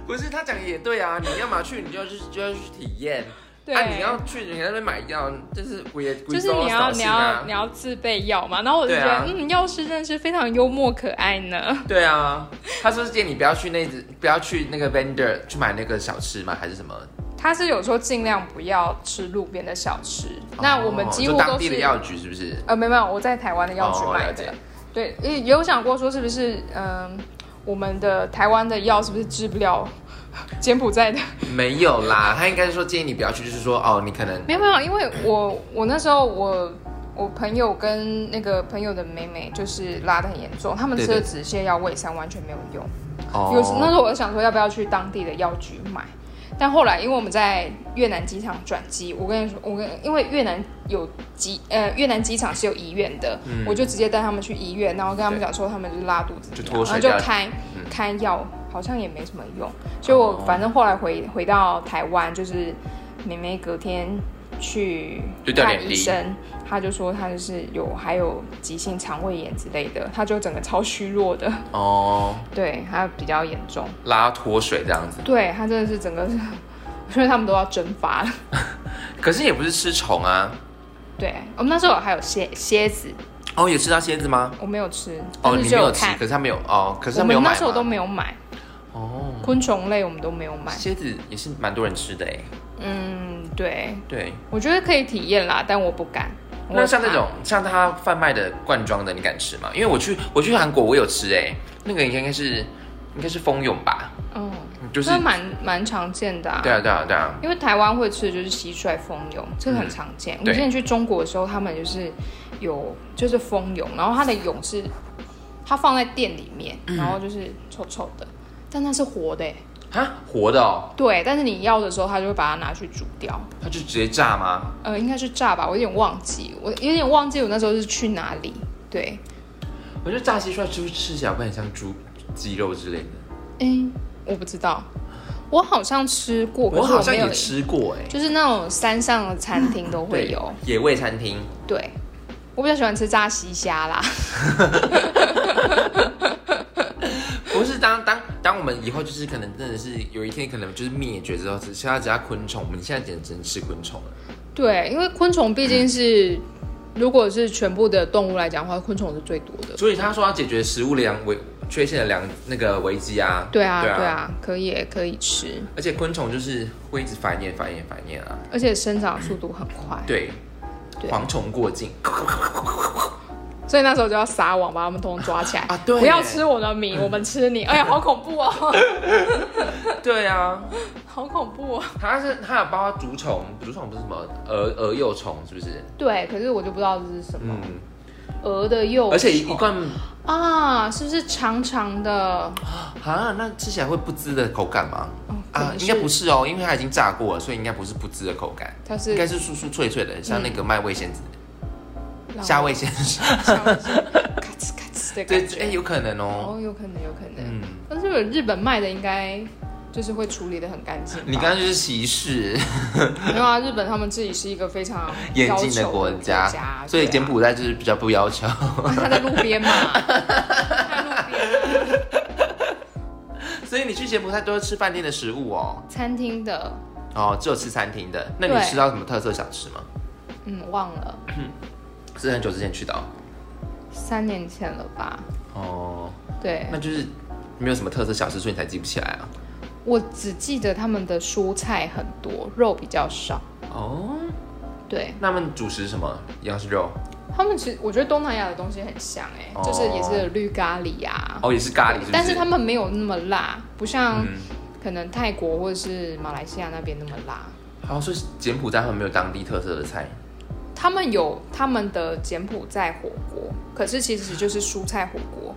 Speaker 1: 不是他讲的也对啊，你要嘛去，你就要去就要去体验。”
Speaker 2: 对，
Speaker 1: 啊、你要去人家那边买药，就是我也
Speaker 2: 就是你要
Speaker 1: 啊
Speaker 2: 你要你
Speaker 1: 要
Speaker 2: 要自备药嘛。然后我就
Speaker 1: 对
Speaker 2: 觉得，
Speaker 1: 啊
Speaker 2: 嗯，药师真的是非常幽默可爱呢。
Speaker 1: 对啊，他说是建议你不要去那只，不要去那个 vendor 去买那个小吃嘛，还是什么？
Speaker 2: 他是有说尽量不要吃路边的小吃，那我们
Speaker 1: 哦
Speaker 2: 几
Speaker 1: 就
Speaker 2: 乎
Speaker 1: 当
Speaker 2: 都
Speaker 1: 地
Speaker 2: 是
Speaker 1: 的药局是不是？
Speaker 2: 呃，没有没有，我在台湾的药局
Speaker 1: 哦
Speaker 2: 买
Speaker 1: 了
Speaker 2: 的。
Speaker 1: 解
Speaker 2: 对，也也有想过说是不是，嗯、我们的台湾的药是不是治不了 柬埔寨的？
Speaker 1: 没有啦，他应该是说建议你不要去，就是说哦，你可能
Speaker 2: 没有没有，因为我我那时候我我朋友跟那个朋友的妹妹就是拉的很严重，他们吃
Speaker 1: 对
Speaker 2: 了
Speaker 1: 对
Speaker 2: 止泻药、胃散完全没有用。
Speaker 1: 哦，
Speaker 2: 有时那时候我就想说要不要去当地的药局买，但后来因为我们在越南机场转机，我跟你说，我跟因为越南有机呃越南机场是有医院的，我就直接带他们去医院，然后跟他们讲说他们就是拉肚子
Speaker 1: 嗯就
Speaker 2: 怎
Speaker 1: 脱
Speaker 2: 么样，
Speaker 1: 水
Speaker 2: 然后
Speaker 1: 掉
Speaker 2: 就开、
Speaker 1: 嗯
Speaker 2: 开药，好像也没什么用，所以我
Speaker 1: 哦
Speaker 2: 反正后来回回到台湾，就是妹妹隔天去
Speaker 1: 就掉
Speaker 2: 看
Speaker 1: 点
Speaker 2: 医
Speaker 1: 滴
Speaker 2: 生。她就说她就是有还有急性肠胃炎之类的，她就整个超虚弱的，
Speaker 1: 哦
Speaker 2: 对，她比较严重。
Speaker 1: 拉脱水这样子，
Speaker 2: 对他真的是整个是， 我觉得他们都要蒸发了。
Speaker 1: 可是也不是吃虫啊，
Speaker 2: 对我们那时候还有蝎蝎子，
Speaker 1: 哦，也吃到蝎子吗？
Speaker 2: 我没有吃，
Speaker 1: 哦，
Speaker 2: 但
Speaker 1: 你
Speaker 2: 是
Speaker 1: 没
Speaker 2: 就
Speaker 1: 有吃，
Speaker 2: 看
Speaker 1: 可。是他没有哦，可是
Speaker 2: 我
Speaker 1: 他没有买
Speaker 2: 们那
Speaker 1: 吗
Speaker 2: 时候都没有买
Speaker 1: 哦，
Speaker 2: 昆虫类，我们都没有买。
Speaker 1: 蝎子也是蛮多人吃的哎，
Speaker 2: 嗯，对，
Speaker 1: 对。
Speaker 2: 我觉得可以体验啦，但我不敢。
Speaker 1: 那
Speaker 2: 我
Speaker 1: 像
Speaker 2: 怕
Speaker 1: 那种像他贩卖的罐装的，你敢吃吗？欸因为我去我去韩国，我有吃哎、那个应该是应该是蜂蛹吧，
Speaker 2: 嗯，
Speaker 1: 嗯就是
Speaker 2: 那蛮蛮常见的啊。
Speaker 1: 对啊，对啊，对啊，
Speaker 2: 因为台湾会吃的就是蟋蟀、蜂蛹，这个
Speaker 1: 嗯
Speaker 2: 很常见。我之前去中国的时候，他们就是有就是蜂蛹，然后它的蛹是它放在店里面，
Speaker 1: 嗯
Speaker 2: 然后就是臭臭的，但它是活的欸。
Speaker 1: 哈，活的哦，
Speaker 2: 对，但是你要的时候，它就会把它拿去煮掉。
Speaker 1: 它就直接炸吗？
Speaker 2: 呃，应该是炸吧，我有点忘记，我有点忘记我那时候是去哪里。对，
Speaker 1: 我觉得炸蟋蟀是不是吃起来会很像猪鸡肉之类的？
Speaker 2: 诶，我不知道，我好像吃过，可
Speaker 1: 我
Speaker 2: 是
Speaker 1: 好
Speaker 2: 我
Speaker 1: 像
Speaker 2: 没有
Speaker 1: 也，吃过哎、
Speaker 2: 就是那种山上的餐厅都会
Speaker 1: 对，
Speaker 2: 有。
Speaker 1: 野味餐厅，
Speaker 2: 对，我比较喜欢吃炸西虾啦。
Speaker 1: 不是当当当我们以后就是可能真的是有一天可能就是灭绝之后，只剩下只要昆虫，我们现在只能只能吃昆虫了。
Speaker 2: 对，因为昆虫毕 竟是，如果是全部的动物来讲的话，昆虫是最多的。
Speaker 1: 所以他说要解决食物粮危缺陷的粮那个危机啊，
Speaker 2: 对啊，
Speaker 1: 对
Speaker 2: 对
Speaker 1: 啊
Speaker 2: 啊，可以耶可以吃，
Speaker 1: 而且昆虫就是会一直繁衍繁衍繁衍啊，
Speaker 2: 而且生长速度很快，
Speaker 1: 对，
Speaker 2: 对
Speaker 1: 蝗虫过境
Speaker 2: 所以那时候就要撒网把它们通通抓起来。
Speaker 1: 啊，对，嗯
Speaker 2: 不要吃，我的米，我们吃你。哎呀，好恐怖哦，
Speaker 1: 对啊，
Speaker 2: 好恐怖哦。
Speaker 1: 它是它有包括竹虫，竹虫不是什么蛾蛾幼虫是不是？
Speaker 2: 对，可是我就不知道这是什么
Speaker 1: 嗯，
Speaker 2: 鹅的幼虫，
Speaker 1: 而且一一罐
Speaker 2: 啊，是不是长长的？
Speaker 1: 啊，那吃起来会不滋的口感吗？
Speaker 2: 哦可
Speaker 1: 啊
Speaker 2: 能，
Speaker 1: 应该
Speaker 2: 是
Speaker 1: 不是哦，因为它已经炸过了，所以应该不是不滋的口感，
Speaker 2: 它是嗯
Speaker 1: 应该是酥酥脆脆的，像那个卖味仙子、
Speaker 2: 让
Speaker 1: 虾
Speaker 2: 我
Speaker 1: 味仙子，
Speaker 2: 吓我一跳咔哧咔哧的
Speaker 1: 对
Speaker 2: 感，
Speaker 1: 哎、
Speaker 2: 觉。
Speaker 1: 有可能哦。
Speaker 2: 哦，有可能，有可能。
Speaker 1: 嗯，
Speaker 2: 但是有日本卖的应该就是会处理的很干净吧。
Speaker 1: 你刚刚就是歧视
Speaker 2: 没有啊？日本他们自己是一个非常
Speaker 1: 严
Speaker 2: 要
Speaker 1: 禁
Speaker 2: 求
Speaker 1: 的国
Speaker 2: 家，
Speaker 1: 家，所以
Speaker 2: 对
Speaker 1: 柬
Speaker 2: 啊
Speaker 1: 埔寨就是比较不要求。
Speaker 2: 他在路边嘛，他在路边
Speaker 1: 所以你去柬埔寨都是吃饭店的食物哦，
Speaker 2: 餐厅的，
Speaker 1: 哦，只有吃餐厅的。那你
Speaker 2: 对
Speaker 1: 吃到什么特色小吃吗？
Speaker 2: 嗯，忘了
Speaker 1: 是很久之前去的哦。
Speaker 2: 三年前了吧？
Speaker 1: 哦，
Speaker 2: 对，
Speaker 1: 那就是没有什么特色小吃，所以你才记不起来啊。
Speaker 2: 我只记得他们的蔬菜很多，肉比较少。
Speaker 1: 哦，
Speaker 2: 对
Speaker 1: 那他们主食是什么？一样是肉，
Speaker 2: 他们其实，我觉得东南亚的东西很像哎、
Speaker 1: 哦
Speaker 2: 就是也是绿咖喱啊，
Speaker 1: 哦，也是咖喱，是不是？
Speaker 2: 但是他们没有那么辣，不像
Speaker 1: 嗯
Speaker 2: 可能泰国或者是马来西亚那边那么辣。
Speaker 1: 好像是柬埔寨他们没有当地特色的菜
Speaker 2: 他们有他们的柬埔寨火锅，可是其实就是蔬菜火锅，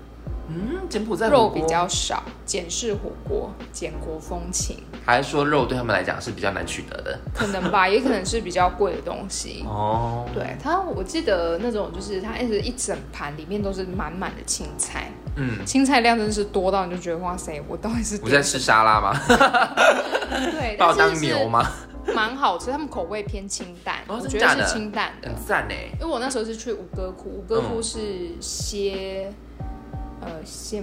Speaker 1: 嗯，柬埔寨火
Speaker 2: 肉
Speaker 1: 锅
Speaker 2: 比较少，简式火锅，简国风情，
Speaker 1: 还是说肉对他们来讲是比较难取得的
Speaker 2: 可能吧，也可能是比较贵的东西。
Speaker 1: 哦。
Speaker 2: 对它，我记得那种就是它一直一整盘里面都是满满的青菜，
Speaker 1: 嗯，
Speaker 2: 青菜量真是多到你就觉得哇塞，我到底是
Speaker 1: 我在吃沙拉吗？把
Speaker 2: 对，但
Speaker 1: 我
Speaker 2: 是
Speaker 1: 当
Speaker 2: 就是呃
Speaker 1: 牛吗？
Speaker 2: 蛮好吃，他们口味偏清淡，
Speaker 1: 哦
Speaker 2: 我
Speaker 1: 真
Speaker 2: 觉
Speaker 1: 假
Speaker 2: 得
Speaker 1: 的嗯
Speaker 2: 是清淡的
Speaker 1: 很。赞欸呢。
Speaker 2: 因为我那时候是去吴哥窟，吴哥
Speaker 1: 嗯
Speaker 2: 窟是蝎，呃，蝎，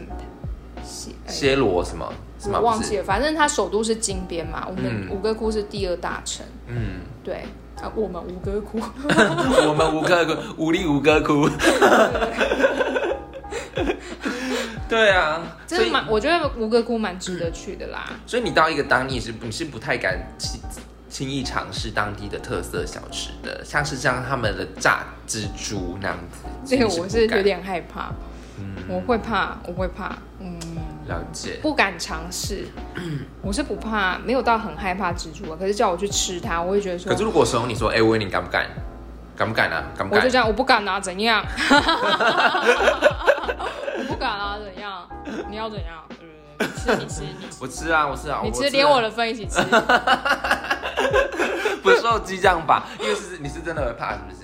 Speaker 2: 蝎，哎
Speaker 1: 暹罗什么？什么
Speaker 2: 我忘记
Speaker 1: 了。
Speaker 2: 了，反正它首都是金边嘛，我们
Speaker 1: 嗯
Speaker 2: 吴哥窟是第二大城，
Speaker 1: 嗯，
Speaker 2: 对，啊，我们吴哥窟，
Speaker 1: 我们吴哥窟，无力吴哥窟。 对啊，所
Speaker 2: 真的
Speaker 1: 以
Speaker 2: 蛮，我觉得吴哥窟蛮值得去的啦。
Speaker 1: 所以你到一个当地是你是不太敢轻轻易尝试当地的特色小吃的，像是像他们的炸蜘蛛那样子。
Speaker 2: 这个
Speaker 1: 你
Speaker 2: 我
Speaker 1: 不
Speaker 2: 是
Speaker 1: 敢
Speaker 2: 有点害怕，我会怕，我会怕，嗯，
Speaker 1: 了解。
Speaker 2: 不敢尝 试。我是不怕，没有到很害怕蜘蛛啊，可是叫我去吃它，我会觉得说
Speaker 1: 可，是如果怂你说，哎、威，你敢不敢？敢不敢啊？敢不
Speaker 2: 我就
Speaker 1: 敢？
Speaker 2: 这样，我不敢啊，怎 样？我不敢啊，怎样？你要怎样？嗯，吃你吃你吃，
Speaker 1: 我吃啊，我吃啊，
Speaker 2: 你
Speaker 1: 啊
Speaker 2: 吃连我的份一 起吃。
Speaker 1: 不受激将法，因为是你是真的会怕，是不是？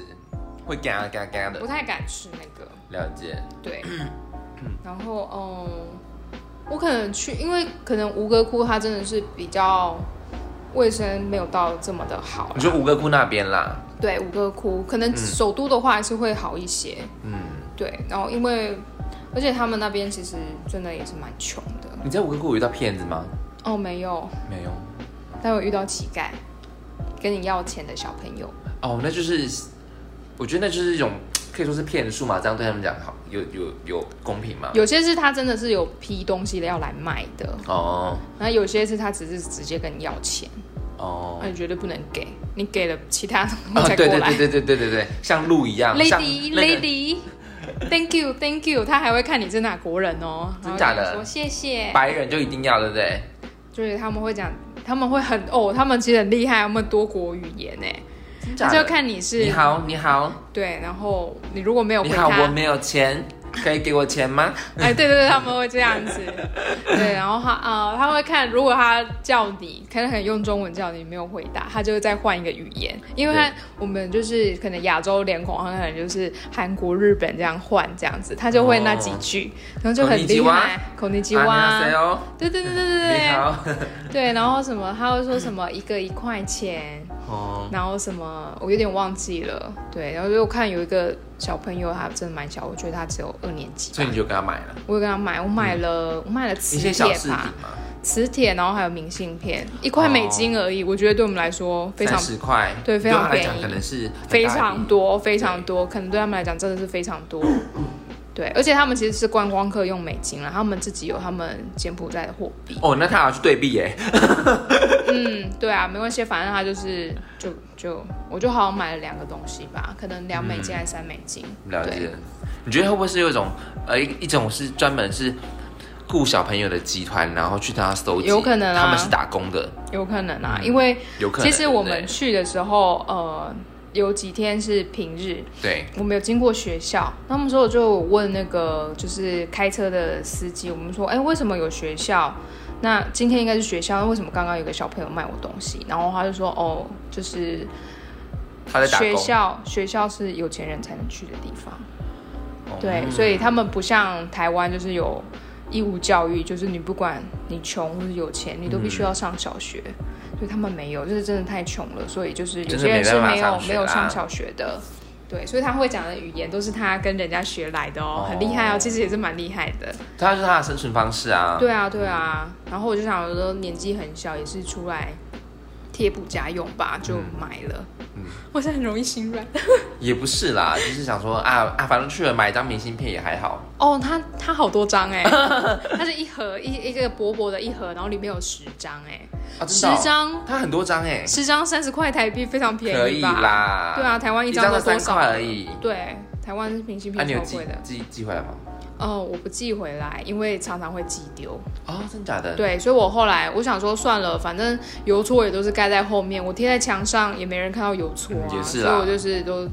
Speaker 1: 会嘎嘎嘎的
Speaker 2: 不。太敢吃那个，
Speaker 1: 了解，
Speaker 2: 对。然后嗯，我可能去，因为可能吴哥窟它真的是比较卫生没有到这么的好
Speaker 1: 你。说五个窟那边啦，
Speaker 2: 对，吴哥窟可能首都的话还是会好一些。
Speaker 1: 嗯，
Speaker 2: 对，然后因为而且他们那边其实真的也是蛮穷的。
Speaker 1: 你在五个窟有遇到骗子吗？
Speaker 2: 哦，没有，
Speaker 1: 没有。
Speaker 2: 但我遇到乞丐跟你要钱的小朋友。
Speaker 1: 哦，那就是，我觉得那就是一种可以说是骗术嘛，这样对他们讲好有有有公平吗？
Speaker 2: 有些是他真的是有批东西的要来卖的，
Speaker 1: 哦
Speaker 2: 然后有些是他只是直接跟你要钱。
Speaker 1: 哦。
Speaker 2: 那你绝对不能给，你给了其他东
Speaker 1: 啊
Speaker 2: 西才过
Speaker 1: 对对
Speaker 2: 来。
Speaker 1: 对对对对对对，像鹿一样
Speaker 2: l a
Speaker 1: 像
Speaker 2: d y
Speaker 1: 那个
Speaker 2: Lady，Thank you，Thank you，他还会看你是哪国人哦，
Speaker 1: 真假的
Speaker 2: 然后跟你说谢谢，
Speaker 1: 白人就一定要对不对？
Speaker 2: 就是他们会讲，他们会很哦，他们其实很厉害，他们多国语言哎，那就看你是
Speaker 1: 你好，你好，
Speaker 2: 对，然后你如果没有回
Speaker 1: 你好，我
Speaker 2: 他，
Speaker 1: 没有钱，可以给我钱吗？
Speaker 2: 哎，对对对，他们会这样 子，对，然后他呃，他会看，如果他叫你，可能很用中文叫你，没有回答，他就会再换一个语言，因为他
Speaker 1: 对
Speaker 2: 我们就是可能亚洲脸孔，他可能就是韩国、日本这样换这样子，他就会那几句，
Speaker 1: 哦
Speaker 2: 然后就很厉害，口尼基
Speaker 1: 啊你好谁
Speaker 2: 哇，
Speaker 1: 哦？
Speaker 2: 对对对对对
Speaker 1: 你
Speaker 2: 对，
Speaker 1: 好，
Speaker 2: 对，然后什么他会说什么一个一块钱，
Speaker 1: 哦，
Speaker 2: 然后什么，我有点忘记了。对，然后就看有一个小朋友，他真的蛮小，我觉得他只有二年级
Speaker 1: 所以
Speaker 2: 吧
Speaker 1: 你。就给他买了
Speaker 2: 我有跟他买，我买了，我买了磁
Speaker 1: 嗯一些小
Speaker 2: 铁
Speaker 1: 饰品
Speaker 2: 吧，
Speaker 1: 嘛，
Speaker 2: 磁铁，然后还有明信片，一块美金
Speaker 1: 哦
Speaker 2: 而已。我觉得对我们来说非常
Speaker 1: 三十块，
Speaker 2: 对非常
Speaker 1: 他来讲
Speaker 2: 便宜
Speaker 1: 可能是很大
Speaker 2: 非
Speaker 1: 一
Speaker 2: 常
Speaker 1: 笔，
Speaker 2: 多，非常多，可能对他们来讲真的是非常多。对，而且他们其实是观光客用美金啦，他们自己有他们柬埔寨的货 币。
Speaker 1: 哦，那他要去对币耶，
Speaker 2: 嗯，对啊，没关系，反正他就是就就我就好像买了两个东西吧，可能两美金还是三美金。
Speaker 1: 了
Speaker 2: 对
Speaker 1: 解。你觉得会不会是有一种呃一一种是专门是雇小朋友的集团，然后去他搜集？
Speaker 2: 有可能啊
Speaker 1: 他们是打工的，
Speaker 2: 有可能啊，因为
Speaker 1: 有可能。
Speaker 2: 其实我
Speaker 1: 对嗯
Speaker 2: 们
Speaker 1: 不
Speaker 2: 去的时候，呃，有几天是平日，
Speaker 1: 对
Speaker 2: 我们有经过学校，那么时候我就问那个就是开车的司机，我们说，哎、为什么有学校？那今天应该是学校，那为什么刚刚有个小朋友卖我东西？然后他就说，哦，就是
Speaker 1: 他在打工，
Speaker 2: 学校，学校是有钱人才能去的地方，
Speaker 1: 哦
Speaker 2: 对，所以他们不像台湾，就是有义务教育，就是你不管你穷或者有钱，你都必须要上小学。所以他们没有，就是真的太穷了，所以就是有
Speaker 1: 真的
Speaker 2: 些人是
Speaker 1: 没办法
Speaker 2: 没有
Speaker 1: 上学啊
Speaker 2: 没有
Speaker 1: 啦
Speaker 2: 上小学的。对，所以他会讲的语言都是他跟人家学来的哦
Speaker 1: 哦，
Speaker 2: 很厉害哦，其实也是蛮厉害的。
Speaker 1: 他是他的生存方式啊。
Speaker 2: 对啊，对啊。然后我就想我说年纪很小，也是出来贴补家用吧，
Speaker 1: 嗯
Speaker 2: 就买了。我现在很容易心软。
Speaker 1: 也不是啦，就是想说啊啊，反正去了买一张明信片也还好。
Speaker 2: 哦，它它好多张 哎、它是一盒一一个薄薄的一盒，然后里面有十张哎、
Speaker 1: 啊，真
Speaker 2: 十
Speaker 1: 的哦、
Speaker 2: 张
Speaker 1: 它很多张哎、
Speaker 2: 十张三十块台币，非常便宜吧？
Speaker 1: 可以啦。
Speaker 2: 对啊，台湾
Speaker 1: 一
Speaker 2: 张
Speaker 1: 张
Speaker 2: 都
Speaker 1: 才三
Speaker 2: 多少
Speaker 1: 块而已。
Speaker 2: 对，台湾明信
Speaker 1: 啊，
Speaker 2: 片
Speaker 1: 你有
Speaker 2: 超
Speaker 1: 寄
Speaker 2: 贵的。
Speaker 1: 寄寄回来吗？
Speaker 2: 哦，我不寄回来，因为常常会寄丢。
Speaker 1: 哦，真假的？
Speaker 2: 对，所以我后来我想说算了，反正邮戳也都是盖在后面，我贴在墙上也没人看到邮戳、啊
Speaker 1: 嗯也是
Speaker 2: 所以
Speaker 1: 啦
Speaker 2: 我就是都，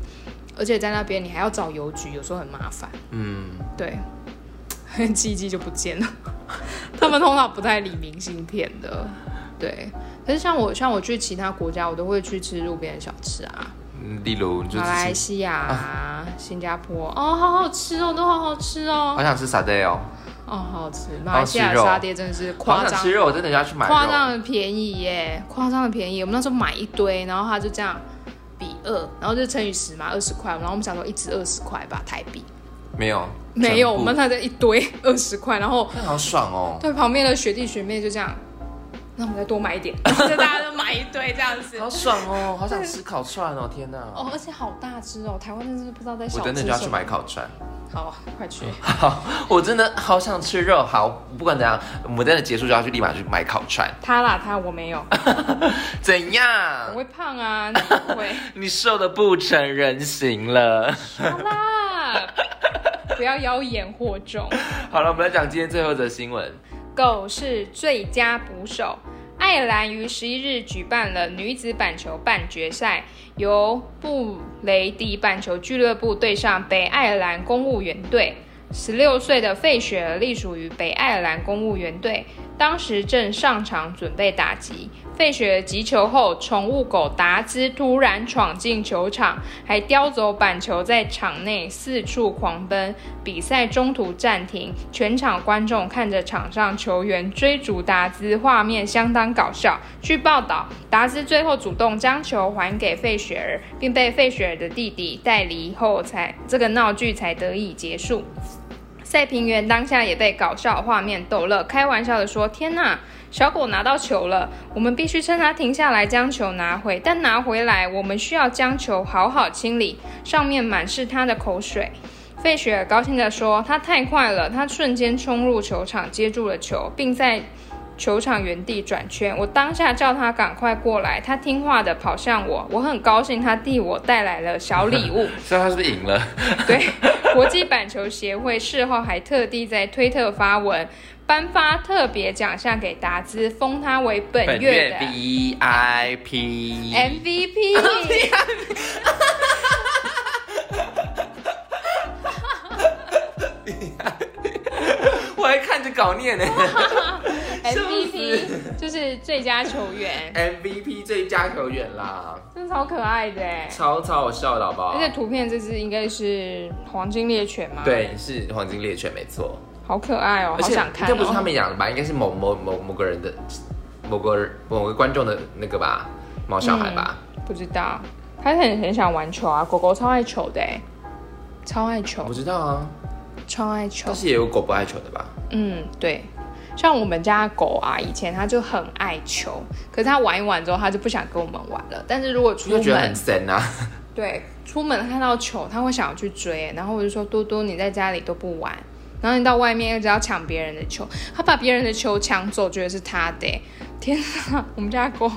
Speaker 2: 而且在那边你还要找邮局，有时候很麻烦。
Speaker 1: 嗯，
Speaker 2: 对， 寄一寄就不见了。他们通常不太理明信片的，对。可是像我像我去其他国家，我都会去吃路边的小吃啊，
Speaker 1: 嗯例如你就
Speaker 2: 马来
Speaker 1: 是
Speaker 2: 西亚、啊、新加坡，哦，好好吃哦，都好好吃哦
Speaker 1: 好，想吃沙爹哦，
Speaker 2: 哦，好好吃。马来西亚
Speaker 1: 好
Speaker 2: 的
Speaker 1: 吃肉
Speaker 2: 沙爹真的是夸
Speaker 1: 好
Speaker 2: 张
Speaker 1: 想吃肉，我真的要去买
Speaker 2: 夸张
Speaker 1: 肉。
Speaker 2: 的便宜耶，夸张的便宜。我们那时候买一堆，然后他就这样比二，然后就乘以十嘛，二十块。然后我们想说一只二十块吧，台币。
Speaker 1: 没有，
Speaker 2: 没
Speaker 1: 全
Speaker 2: 有，我
Speaker 1: 部
Speaker 2: 们那在一堆二十块，然后
Speaker 1: 那好爽哦，
Speaker 2: 对旁边的学弟学妹就这样，那我们再多买一点， 然后就大家都买一堆这样子。
Speaker 1: 好爽哦，好想吃烤串哦，天哪！
Speaker 2: 哦，而且好大只哦，台湾真是不知道在
Speaker 1: 我
Speaker 2: 小
Speaker 1: 等等
Speaker 2: 吃什
Speaker 1: 就要去
Speaker 2: 么。
Speaker 1: 买烤串，
Speaker 2: 好，快去。
Speaker 1: 我真的好想吃肉。好，不管怎样，我们真的结束就要去立马去买烤串，
Speaker 2: 他啦，他我没有，
Speaker 1: 怎
Speaker 2: 我
Speaker 1: 样？
Speaker 2: 会胖啊，你不会。
Speaker 1: 你瘦的不成人形了。
Speaker 2: 好啦，不要妖言惑众。
Speaker 1: 好了，我们来讲今天最后的新闻。
Speaker 2: 狗是最佳捕手。爱尔兰于十一日举办了女子板球半决赛，由布雷迪板球俱乐部对上北爱尔兰公务员队。十六岁的费雪儿隶属于北爱尔兰公务员队，当时正上场准备打击。费雪儿击球后，宠物狗达兹突然闯进球场，还叼走板球，在场内四处狂奔。比赛中途暂停，全场观众看着场上球员追逐达兹，画面相当搞笑。据报道，达兹最后主动将球还给费雪儿，并被费雪儿的弟弟带离后才，这个闹剧才得以结束。赛评员当下也被搞笑画面逗乐，开玩笑的说：“天呐，小狗拿到球了，我们必须趁它停下来将球拿回。但拿回来，我们需要将球好好清理，上面满是它的口水。”费雪儿高兴地说：“他太快了，他瞬间冲入球场，接住了球，并在球场原地转圈。我当下叫他赶快过来，他听话的跑向我。我很高兴，他替我带来了小礼物。”
Speaker 1: 所以他是不是 赢了？
Speaker 2: 对，国际板球协会事后还特地在推特发文，颁发特别奖项给达兹，封他为本
Speaker 1: 本
Speaker 2: 月
Speaker 1: 月
Speaker 2: 的
Speaker 1: VIP。 哎
Speaker 2: MVP。
Speaker 1: 我还看着稿念呢。
Speaker 2: MVP 就是最佳球员，
Speaker 1: MVP 最佳球员啦，
Speaker 2: 真的超可爱的哎！
Speaker 1: 超超好笑的好不好
Speaker 2: 而？且图片这只应该是黄金猎犬嘛？，
Speaker 1: 对，是黄金猎犬没错。
Speaker 2: 好可爱哦、
Speaker 1: 而
Speaker 2: 好
Speaker 1: 且
Speaker 2: 想看、
Speaker 1: 这
Speaker 2: 哦。
Speaker 1: 不是他们养的吧？应该是某某某某个人的某个人某个观众的那个吧，毛小孩吧。
Speaker 2: 不知道，他很很想玩球啊，狗狗超爱球的哎，超爱球
Speaker 1: 我，知道啊，
Speaker 2: 超爱球
Speaker 1: 但。是也有狗不爱球的吧？
Speaker 2: 嗯，对，像我们家的狗啊，以前它就很爱球，可是它玩一玩之后，它就不想跟我们玩了。但是如果
Speaker 1: 就
Speaker 2: 出
Speaker 1: 觉得很
Speaker 2: 门，
Speaker 1: 神 啊。
Speaker 2: 对，出门看到球，它会想要去追。然后我就说：“嘟嘟，你在家里都不玩。”然后你到外面又只要抢别人的球，它把别人的球抢走，觉得是它的欸。天哪，我们家的狗，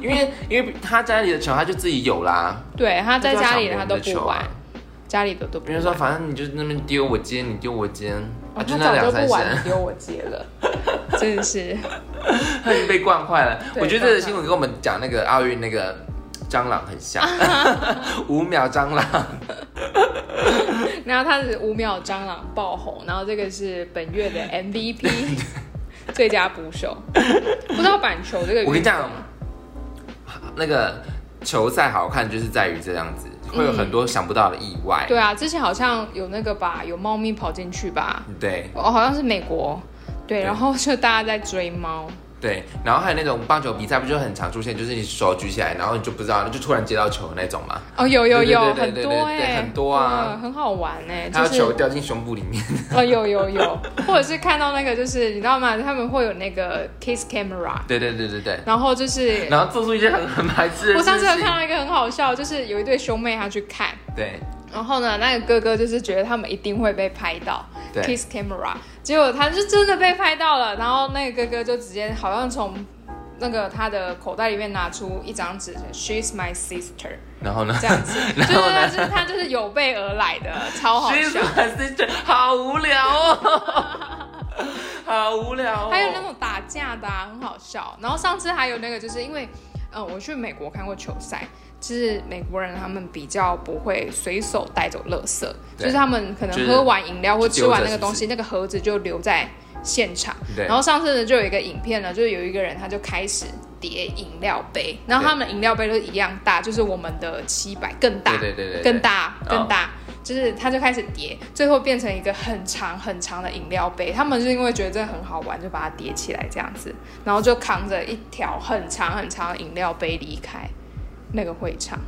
Speaker 1: 因为因为他家里的球他就自己有啦，
Speaker 2: 对，它在家里
Speaker 1: 他
Speaker 2: 它都不玩，家里的都不
Speaker 1: 别
Speaker 2: 玩
Speaker 1: 人。啊说反正你就那边丢我接你丢我接，
Speaker 2: 哦
Speaker 1: 啊
Speaker 2: 他
Speaker 1: 就
Speaker 2: 早
Speaker 1: 那
Speaker 2: 就
Speaker 1: 两
Speaker 2: 不
Speaker 1: 三
Speaker 2: 玩
Speaker 1: 声
Speaker 2: 了，，丢我接 了，真的是。
Speaker 1: 他已经被惯坏了。
Speaker 2: 对
Speaker 1: 我觉得这个新闻跟我们讲那个奥运那个蟑螂很 像，五秒蟑螂。
Speaker 2: 然后他是五秒蟑螂爆红，然后这个是本月 的 MVP 最佳捕手。不知道板球这个运
Speaker 1: 我
Speaker 2: 动，
Speaker 1: 跟你讲，那个球赛好看就是在于这样子，
Speaker 2: 嗯
Speaker 1: 会有很多想不到的意外。
Speaker 2: 对啊，之前好像有那个吧，有猫咪跑进去吧，
Speaker 1: 对
Speaker 2: 哦，好像是美国，对，
Speaker 1: 对
Speaker 2: 然后就大家在追猫，
Speaker 1: 对，然后还有那种棒球比赛，不就很常出现，就是你手举起来，然后你就不知道，就突然接到球那种嘛。
Speaker 2: 哦，有有
Speaker 1: 对对
Speaker 2: 有，
Speaker 1: 对
Speaker 2: 很
Speaker 1: 对对
Speaker 2: 多
Speaker 1: 对
Speaker 2: 哎、
Speaker 1: 对很多啊
Speaker 2: 对很好玩哎、
Speaker 1: 还有
Speaker 2: 就是
Speaker 1: 球掉进胸部里面，
Speaker 2: 哦，有有有，或者是看到那个就是你知道吗？他们会有那个 kiss camera，
Speaker 1: 对对对对对，
Speaker 2: 然后就是
Speaker 1: 然后做出一些很很白痴的
Speaker 2: 我
Speaker 1: 事情。
Speaker 2: 上次有看到一个很好笑，就是有一对兄妹他去看，
Speaker 1: 对
Speaker 2: 然后呢，那个哥哥就是觉得他们一定会被拍到
Speaker 1: 对
Speaker 2: ，kiss camera，结果他就真的被拍到了，然后那个哥哥就直接好像从那个他的口袋里面拿出一张纸，she's my sister
Speaker 1: 然后呢？
Speaker 2: 这样子，对
Speaker 1: 然后呢
Speaker 2: 对对，就是他就是有备而来的，超好
Speaker 1: She's
Speaker 2: 笑。
Speaker 1: my sister，好无聊哦， 好无聊哦。
Speaker 2: 还有那种打架的、啊，很好笑。然后上次还有那个，就是因为，嗯、我去美国看过球赛，就是美国人他们比较不会随手带走垃圾，
Speaker 1: 对
Speaker 2: 就是他们可
Speaker 1: 就
Speaker 2: 能
Speaker 1: 是
Speaker 2: 喝完饮料或吃完
Speaker 1: 丢着
Speaker 2: 那个东西，那个盒子就留在现场。
Speaker 1: 对
Speaker 2: 然后上次呢，就有一个影片呢，就是有一个人他就开始叠饮料杯，然后他们饮料杯都一样大，就是我们的七百更大，
Speaker 1: 对对对对对
Speaker 2: 更大
Speaker 1: 嗯
Speaker 2: 更大。就是他就开始叠，最后变成一个很长很长的饮料杯。他们是因为觉得这很好玩，就把它叠起来这样子，然后就扛着一条很长很长的饮料杯离开那个会场。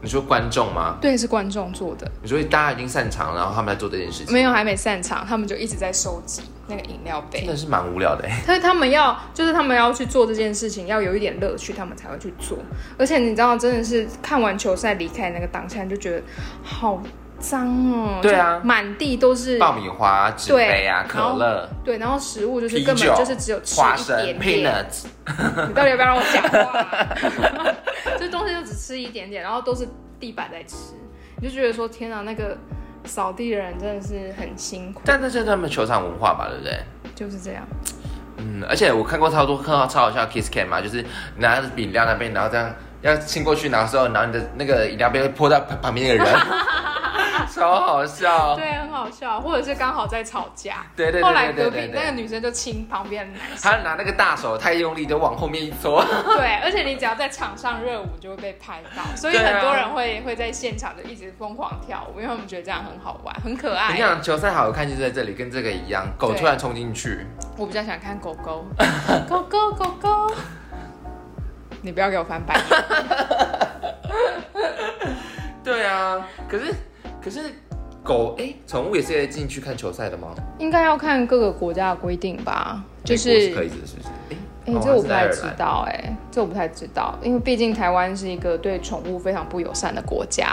Speaker 1: 你说观众吗？
Speaker 2: 对，是观众做的，
Speaker 1: 你说大家已经散场，然后他们在做这件事情，
Speaker 2: 没有还没散场，他们就一直在收集那个饮料杯
Speaker 1: 真。 的是蛮无聊的欸。
Speaker 2: 所以他们要，就是他们要去做这件事情，要有一点乐趣，他们才会去做。而且你知道，真的是看完球赛离开那个当下，你就觉得好脏哦、
Speaker 1: 对啊
Speaker 2: 就满地都是
Speaker 1: 爆米花、纸
Speaker 2: 对
Speaker 1: 杯啊、可
Speaker 2: 然后
Speaker 1: 乐、
Speaker 2: 对，然后食物就是
Speaker 1: 啤
Speaker 2: 根本
Speaker 1: 酒、
Speaker 2: 就是只有吃
Speaker 1: 花
Speaker 2: 一
Speaker 1: 生、
Speaker 2: 点点。
Speaker 1: peanuts，
Speaker 2: 你到底要不要让我讲话、啊？ 这东西就只吃一点点，然后都是地板在吃，你就觉得说天啊，那个扫地的人真的是很辛苦，
Speaker 1: 但这是他们球场文化吧，对不对？
Speaker 2: 就是这样。
Speaker 1: 嗯，而且我看过超多看到超好笑的 kiss cam 嘛，就是拿着饮料那边，然后这样要亲过去拿的时候，然后你的那个饮料杯会泼到旁旁边那个 人，超好笑。
Speaker 2: 对，很好笑，或者是刚好在吵架，
Speaker 1: 对对对对
Speaker 2: 后来隔
Speaker 1: 对
Speaker 2: 壁
Speaker 1: 对对
Speaker 2: 那个女生就亲旁边的男生，
Speaker 1: 他拿那个大手太用力，就往后面一搓。
Speaker 2: 对，而且你只要在场上热舞就会被拍到，所以
Speaker 1: 对啊
Speaker 2: 很多人会会在现场就一直疯狂跳舞，因为他们觉得这样很好玩，很可
Speaker 1: 你
Speaker 2: 爱。
Speaker 1: 想球赛好看就是在这里，跟这个一样，狗
Speaker 2: 对
Speaker 1: 突然冲进去，
Speaker 2: 我比较想看狗 狗，狗狗狗狗，你不要给我翻白眼。
Speaker 1: 对啊，可是可是狗哎，宠、物也是可以进去看球赛的吗？
Speaker 2: 应该要看各个国家的规定吧，就
Speaker 1: 美国
Speaker 2: 是
Speaker 1: 是可以的，是不是？哎、
Speaker 2: 哎、
Speaker 1: 哦
Speaker 2: 这
Speaker 1: 它是
Speaker 2: 我不
Speaker 1: 在爱
Speaker 2: 太
Speaker 1: 尔
Speaker 2: 知
Speaker 1: 兰
Speaker 2: 道、哎，这我不太知道，因为毕竟台湾是一个对宠物非常不友善的国家、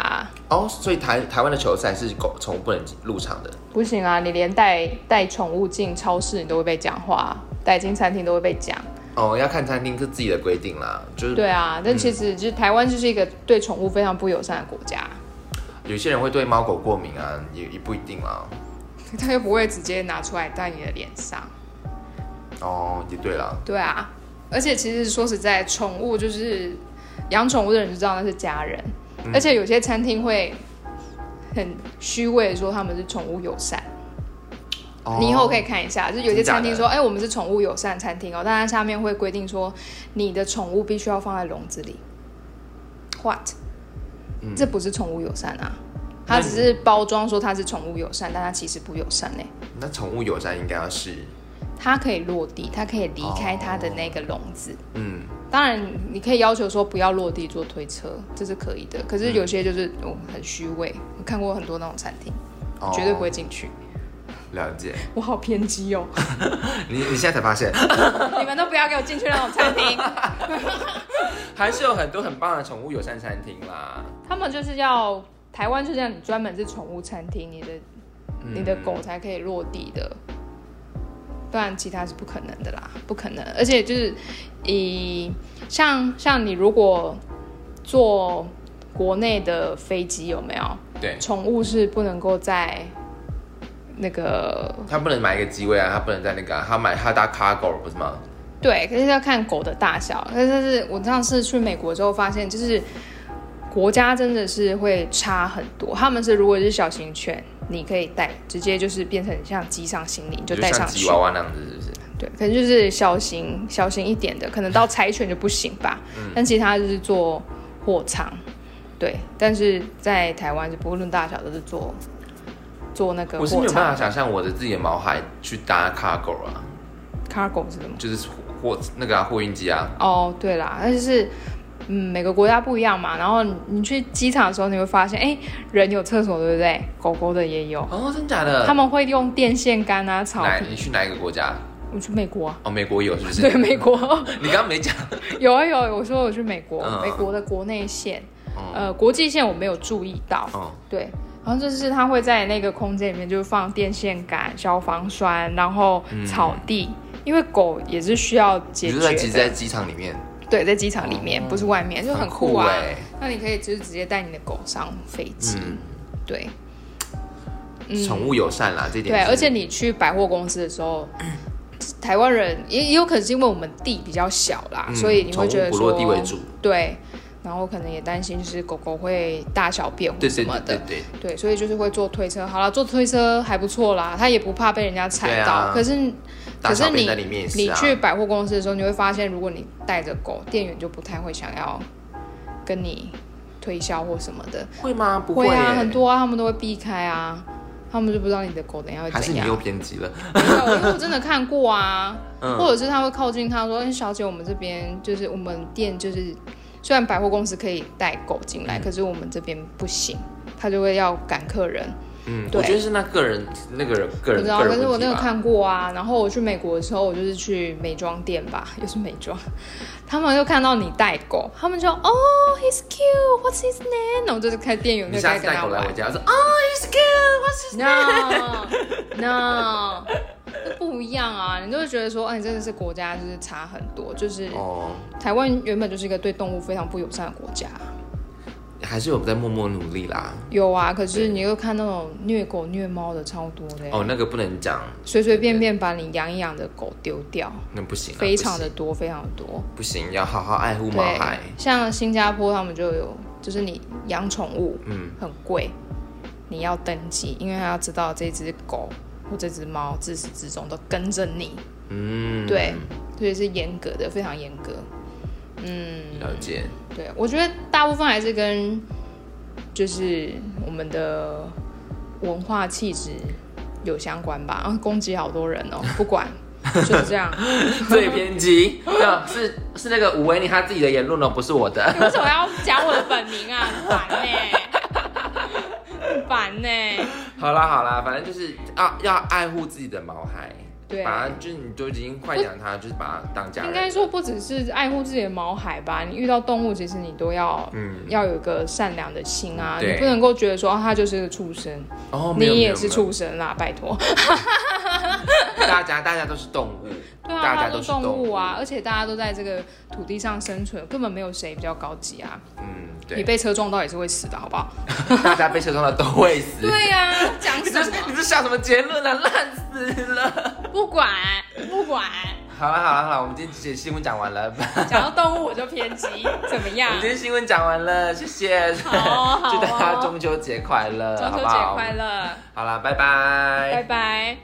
Speaker 1: 哦，所以台台湾的球赛是狗宠物不能入场的。
Speaker 2: 不行啊，你连带带宠物进超市，你都会被讲话；带进餐厅都会被讲。
Speaker 1: 哦，要看餐厅是自己的嗯规定啦，就是
Speaker 2: 对啊，但其实就是台湾就是一个对宠物非常不友善的国家。
Speaker 1: 有些人会对猫狗过敏啊，也也不一定啦。
Speaker 2: 他又不会直接拿出来在你的脸上。
Speaker 1: 哦，也对了，
Speaker 2: 对啊，而且其实说实在，宠物就是养宠物的人就知道那是家人，
Speaker 1: 嗯
Speaker 2: 而且有些餐厅会很虚伪地说他们是宠物友善。
Speaker 1: 哦、
Speaker 2: 你以后可以看一下，就是有些餐厅
Speaker 1: 真假的
Speaker 2: 说，哎、我们是宠物友善餐厅哦，但它下面会规定说，你的宠物必须要放在笼子里。What？、
Speaker 1: 嗯
Speaker 2: 这不是宠物友善啊，它只是包装说它是宠物友善，但它其实不友善呢、
Speaker 1: 那宠物友善应该要是，
Speaker 2: 它可以落地，它可以离开
Speaker 1: 哦
Speaker 2: 它的那个笼子。
Speaker 1: 嗯，
Speaker 2: 当然，你可以要求说不要落地做推车，这是可以
Speaker 1: 嗯
Speaker 2: 的。可是有些就是、哦、很虚伪，我看过很多那种餐厅，
Speaker 1: 哦
Speaker 2: 绝对不会进去。
Speaker 1: 了解。
Speaker 2: 我好偏激 哦！
Speaker 1: 你你现在才发 现，
Speaker 2: 你们都不要给我进去那种餐厅。
Speaker 1: 还是有很多很棒的宠物友善餐厅啦。
Speaker 2: 他们就是要台湾，就像你专门是宠物餐厅，你的、
Speaker 1: 嗯
Speaker 2: 你的狗才可以落地的，不然其他是不可能的啦，不可能。而且就是以像像你如果坐国内的飞机有没有，
Speaker 1: 对，
Speaker 2: 宠物是不能够在那个
Speaker 1: 它不能买一个机位啊，它不能在那个、啊，它买它搭 cargo 不是吗？
Speaker 2: 对，可是要看狗的大小。但是是我上次去美国之后发现，就是国家真的是会差很多。他们是如果是小型犬，你可以带，直接就是变成像机上行李你就带上
Speaker 1: 像
Speaker 2: 去
Speaker 1: 吉。娃娃那样子，是不是？
Speaker 2: 对，可能就是小型小型一点的，可能到柴犬就不行吧。嗯但其他就是做货仓，对。但是在台湾就不论大小都是做做那个
Speaker 1: 我是没
Speaker 2: 货
Speaker 1: 有办法想
Speaker 2: 仓。
Speaker 1: 象我的自己的毛孩去搭 cargo 啊，
Speaker 2: cargo 是什么？
Speaker 1: 就是货那个啊货运机啊，
Speaker 2: 哦，对啦，但是嗯，每个国家不一样嘛。然后你你去机场的时候，你会发现，哎，人有厕所，对不对？狗狗的也有，
Speaker 1: 哦，真假的？
Speaker 2: 他们会用电线杆啊、草
Speaker 1: 哪？
Speaker 2: 皮。
Speaker 1: 你去哪一个国家？
Speaker 2: 我去美国、啊，
Speaker 1: 哦，美国有是不是？
Speaker 2: 对，美国
Speaker 1: 你刚刚没讲。
Speaker 2: 有啊有啊，我说我去美国，
Speaker 1: 嗯
Speaker 2: 美国的国内线，
Speaker 1: 哦
Speaker 2: 呃，国际线我没有注意到。
Speaker 1: 哦，
Speaker 2: 对，然后就是它会在那个空间里面就是放电线杆、消防栓，然后草地，因为狗也是需要
Speaker 1: 嗯你
Speaker 2: 解
Speaker 1: 就在
Speaker 2: 决
Speaker 1: 集
Speaker 2: 的。
Speaker 1: 在机场里面，
Speaker 2: 对，在机场里面，不是外面，就很
Speaker 1: 酷
Speaker 2: 酷啊。
Speaker 1: 欸
Speaker 2: 那你可以就是直接带你的狗上飞机，
Speaker 1: 嗯
Speaker 2: 对
Speaker 1: 宠物友善啦，这点
Speaker 2: 嗯对，啊
Speaker 1: 是
Speaker 2: 而且你去百货公司的 时候，台湾人也也有可能是因为我们地比较小啦，
Speaker 1: 嗯
Speaker 2: 所以你会觉得
Speaker 1: 宠物不
Speaker 2: 说
Speaker 1: 落地为主，
Speaker 2: 对，然后可能也担心就是狗狗会大小便或
Speaker 1: 对
Speaker 2: 什
Speaker 1: 对
Speaker 2: 么
Speaker 1: 对
Speaker 2: 的，
Speaker 1: 对对，
Speaker 2: 对，所以就是会坐推车。好了，坐推车还不错啦，它也不怕被人家踩
Speaker 1: 对
Speaker 2: 到。
Speaker 1: 啊
Speaker 2: 可是，
Speaker 1: 大
Speaker 2: 可
Speaker 1: 小
Speaker 2: 是
Speaker 1: 便
Speaker 2: 你
Speaker 1: 在里面也是
Speaker 2: 你
Speaker 1: 啊
Speaker 2: 去百货公司的时候，你会发现，如果你带着狗，店员就不太会想要跟你推销或什么的。
Speaker 1: 会吗？不
Speaker 2: 会啊，
Speaker 1: 耶
Speaker 2: 很多啊，他们都会避开啊，他们就不知道你的狗等一下会
Speaker 1: 还是
Speaker 2: 怎
Speaker 1: 你
Speaker 2: 样。
Speaker 1: 又偏激了？
Speaker 2: 没有，因为我真的看过啊，
Speaker 1: 嗯
Speaker 2: 或者是他会靠近他说：“哎，小姐，我们这边就是我们店就是，虽然百货公司可以带狗进
Speaker 1: 嗯
Speaker 2: 来，可是我们这边不行。”他就会要赶客人，
Speaker 1: 嗯，
Speaker 2: 对
Speaker 1: 我觉得是那个人那个人个
Speaker 2: 我
Speaker 1: 人
Speaker 2: 知道。
Speaker 1: 个
Speaker 2: 可
Speaker 1: 人
Speaker 2: 是我
Speaker 1: 问
Speaker 2: 那
Speaker 1: 题
Speaker 2: 个
Speaker 1: 吧。
Speaker 2: 看过啊，然后我去美国的时候，我就是去美妆店吧，又是美妆，他们就看到你带狗，他们就哦、he's cute，what's his name？然后就是看店员
Speaker 1: 你
Speaker 2: 就
Speaker 1: 下
Speaker 2: 开
Speaker 1: 次
Speaker 2: 始跟
Speaker 1: 带
Speaker 2: 他
Speaker 1: 狗来
Speaker 2: 玩
Speaker 1: 我。家，说啊，he's
Speaker 2: Oh,
Speaker 1: good，what's his
Speaker 2: No No，这不一样啊！你就会觉得说，哎，真的是国家就是差很多，就是
Speaker 1: 哦，
Speaker 2: 台湾原本就是一个对动物非常不友善的国家。
Speaker 1: 还是有在默默努力啦。
Speaker 2: 有啊，可是
Speaker 1: 对
Speaker 2: 你又看那种虐狗虐猫的超多的、
Speaker 1: 哦，那个不能讲，
Speaker 2: 随随便便把你养一养的狗丢掉，
Speaker 1: 那不行啊，
Speaker 2: 非常的多，非常的多。
Speaker 1: 不行，不行要好好爱护毛
Speaker 2: 对
Speaker 1: 孩。，
Speaker 2: 像新加坡他们就有，就是你养宠物
Speaker 1: 嗯，
Speaker 2: 很贵，你要登记，因为他要知道这只狗或这只猫自始至终都跟着你。
Speaker 1: 嗯，
Speaker 2: 对，所以是严格的，非常严格。嗯，
Speaker 1: 了解。
Speaker 2: 对，我觉得大部分还是跟就是我们的文化气质有相关吧。 啊，攻击好多人哦，不管，就是这样。
Speaker 1: 最偏激， 那是是那个吴维尼他自己的言论哦，不是我的。
Speaker 2: 你为什么要讲我的本名啊？很烦呢、很烦欸呢、
Speaker 1: 好啦好啦，反正就是要要爱护自己的毛孩，
Speaker 2: 对啊
Speaker 1: 把它就是你都已经豢养它，就是把它当家人。
Speaker 2: 应该说不只是爱护自己的毛孩吧，你遇到动物，其实你都要、
Speaker 1: 嗯
Speaker 2: 要有一个善良的心啊，
Speaker 1: 对
Speaker 2: 你不能够觉得说、啊、它就是个畜生。
Speaker 1: 哦，没有
Speaker 2: 你
Speaker 1: 没有
Speaker 2: 也是
Speaker 1: 没有
Speaker 2: 畜生啦，拜托。
Speaker 1: 大家大家都是动物，
Speaker 2: 对啊，
Speaker 1: 大家
Speaker 2: 都
Speaker 1: 都
Speaker 2: 是
Speaker 1: 是
Speaker 2: 动
Speaker 1: 动
Speaker 2: 物
Speaker 1: 物
Speaker 2: 啊，而且大家都在这个土地上生存，根本没有谁比较高级啊。
Speaker 1: 嗯，
Speaker 2: 你
Speaker 1: 对，
Speaker 2: 被车撞到也是会死的，好不 好？
Speaker 1: 大家被车撞到都会死。
Speaker 2: 对啊呀、讲
Speaker 1: 你
Speaker 2: 什
Speaker 1: 这你
Speaker 2: 么？
Speaker 1: 这下什么结论啊？烂死了！
Speaker 2: 不管不管，
Speaker 1: 好了好了好了，我们今天这新闻讲完了，我
Speaker 2: 讲到动物我就偏激，怎么样
Speaker 1: 们？今天新闻讲完了，谢谢，
Speaker 2: 好哦好哦
Speaker 1: 祝大家中秋节快乐，
Speaker 2: 中秋
Speaker 1: 好不
Speaker 2: 节
Speaker 1: 好？
Speaker 2: 快乐，
Speaker 1: 好啦，拜
Speaker 2: 拜拜。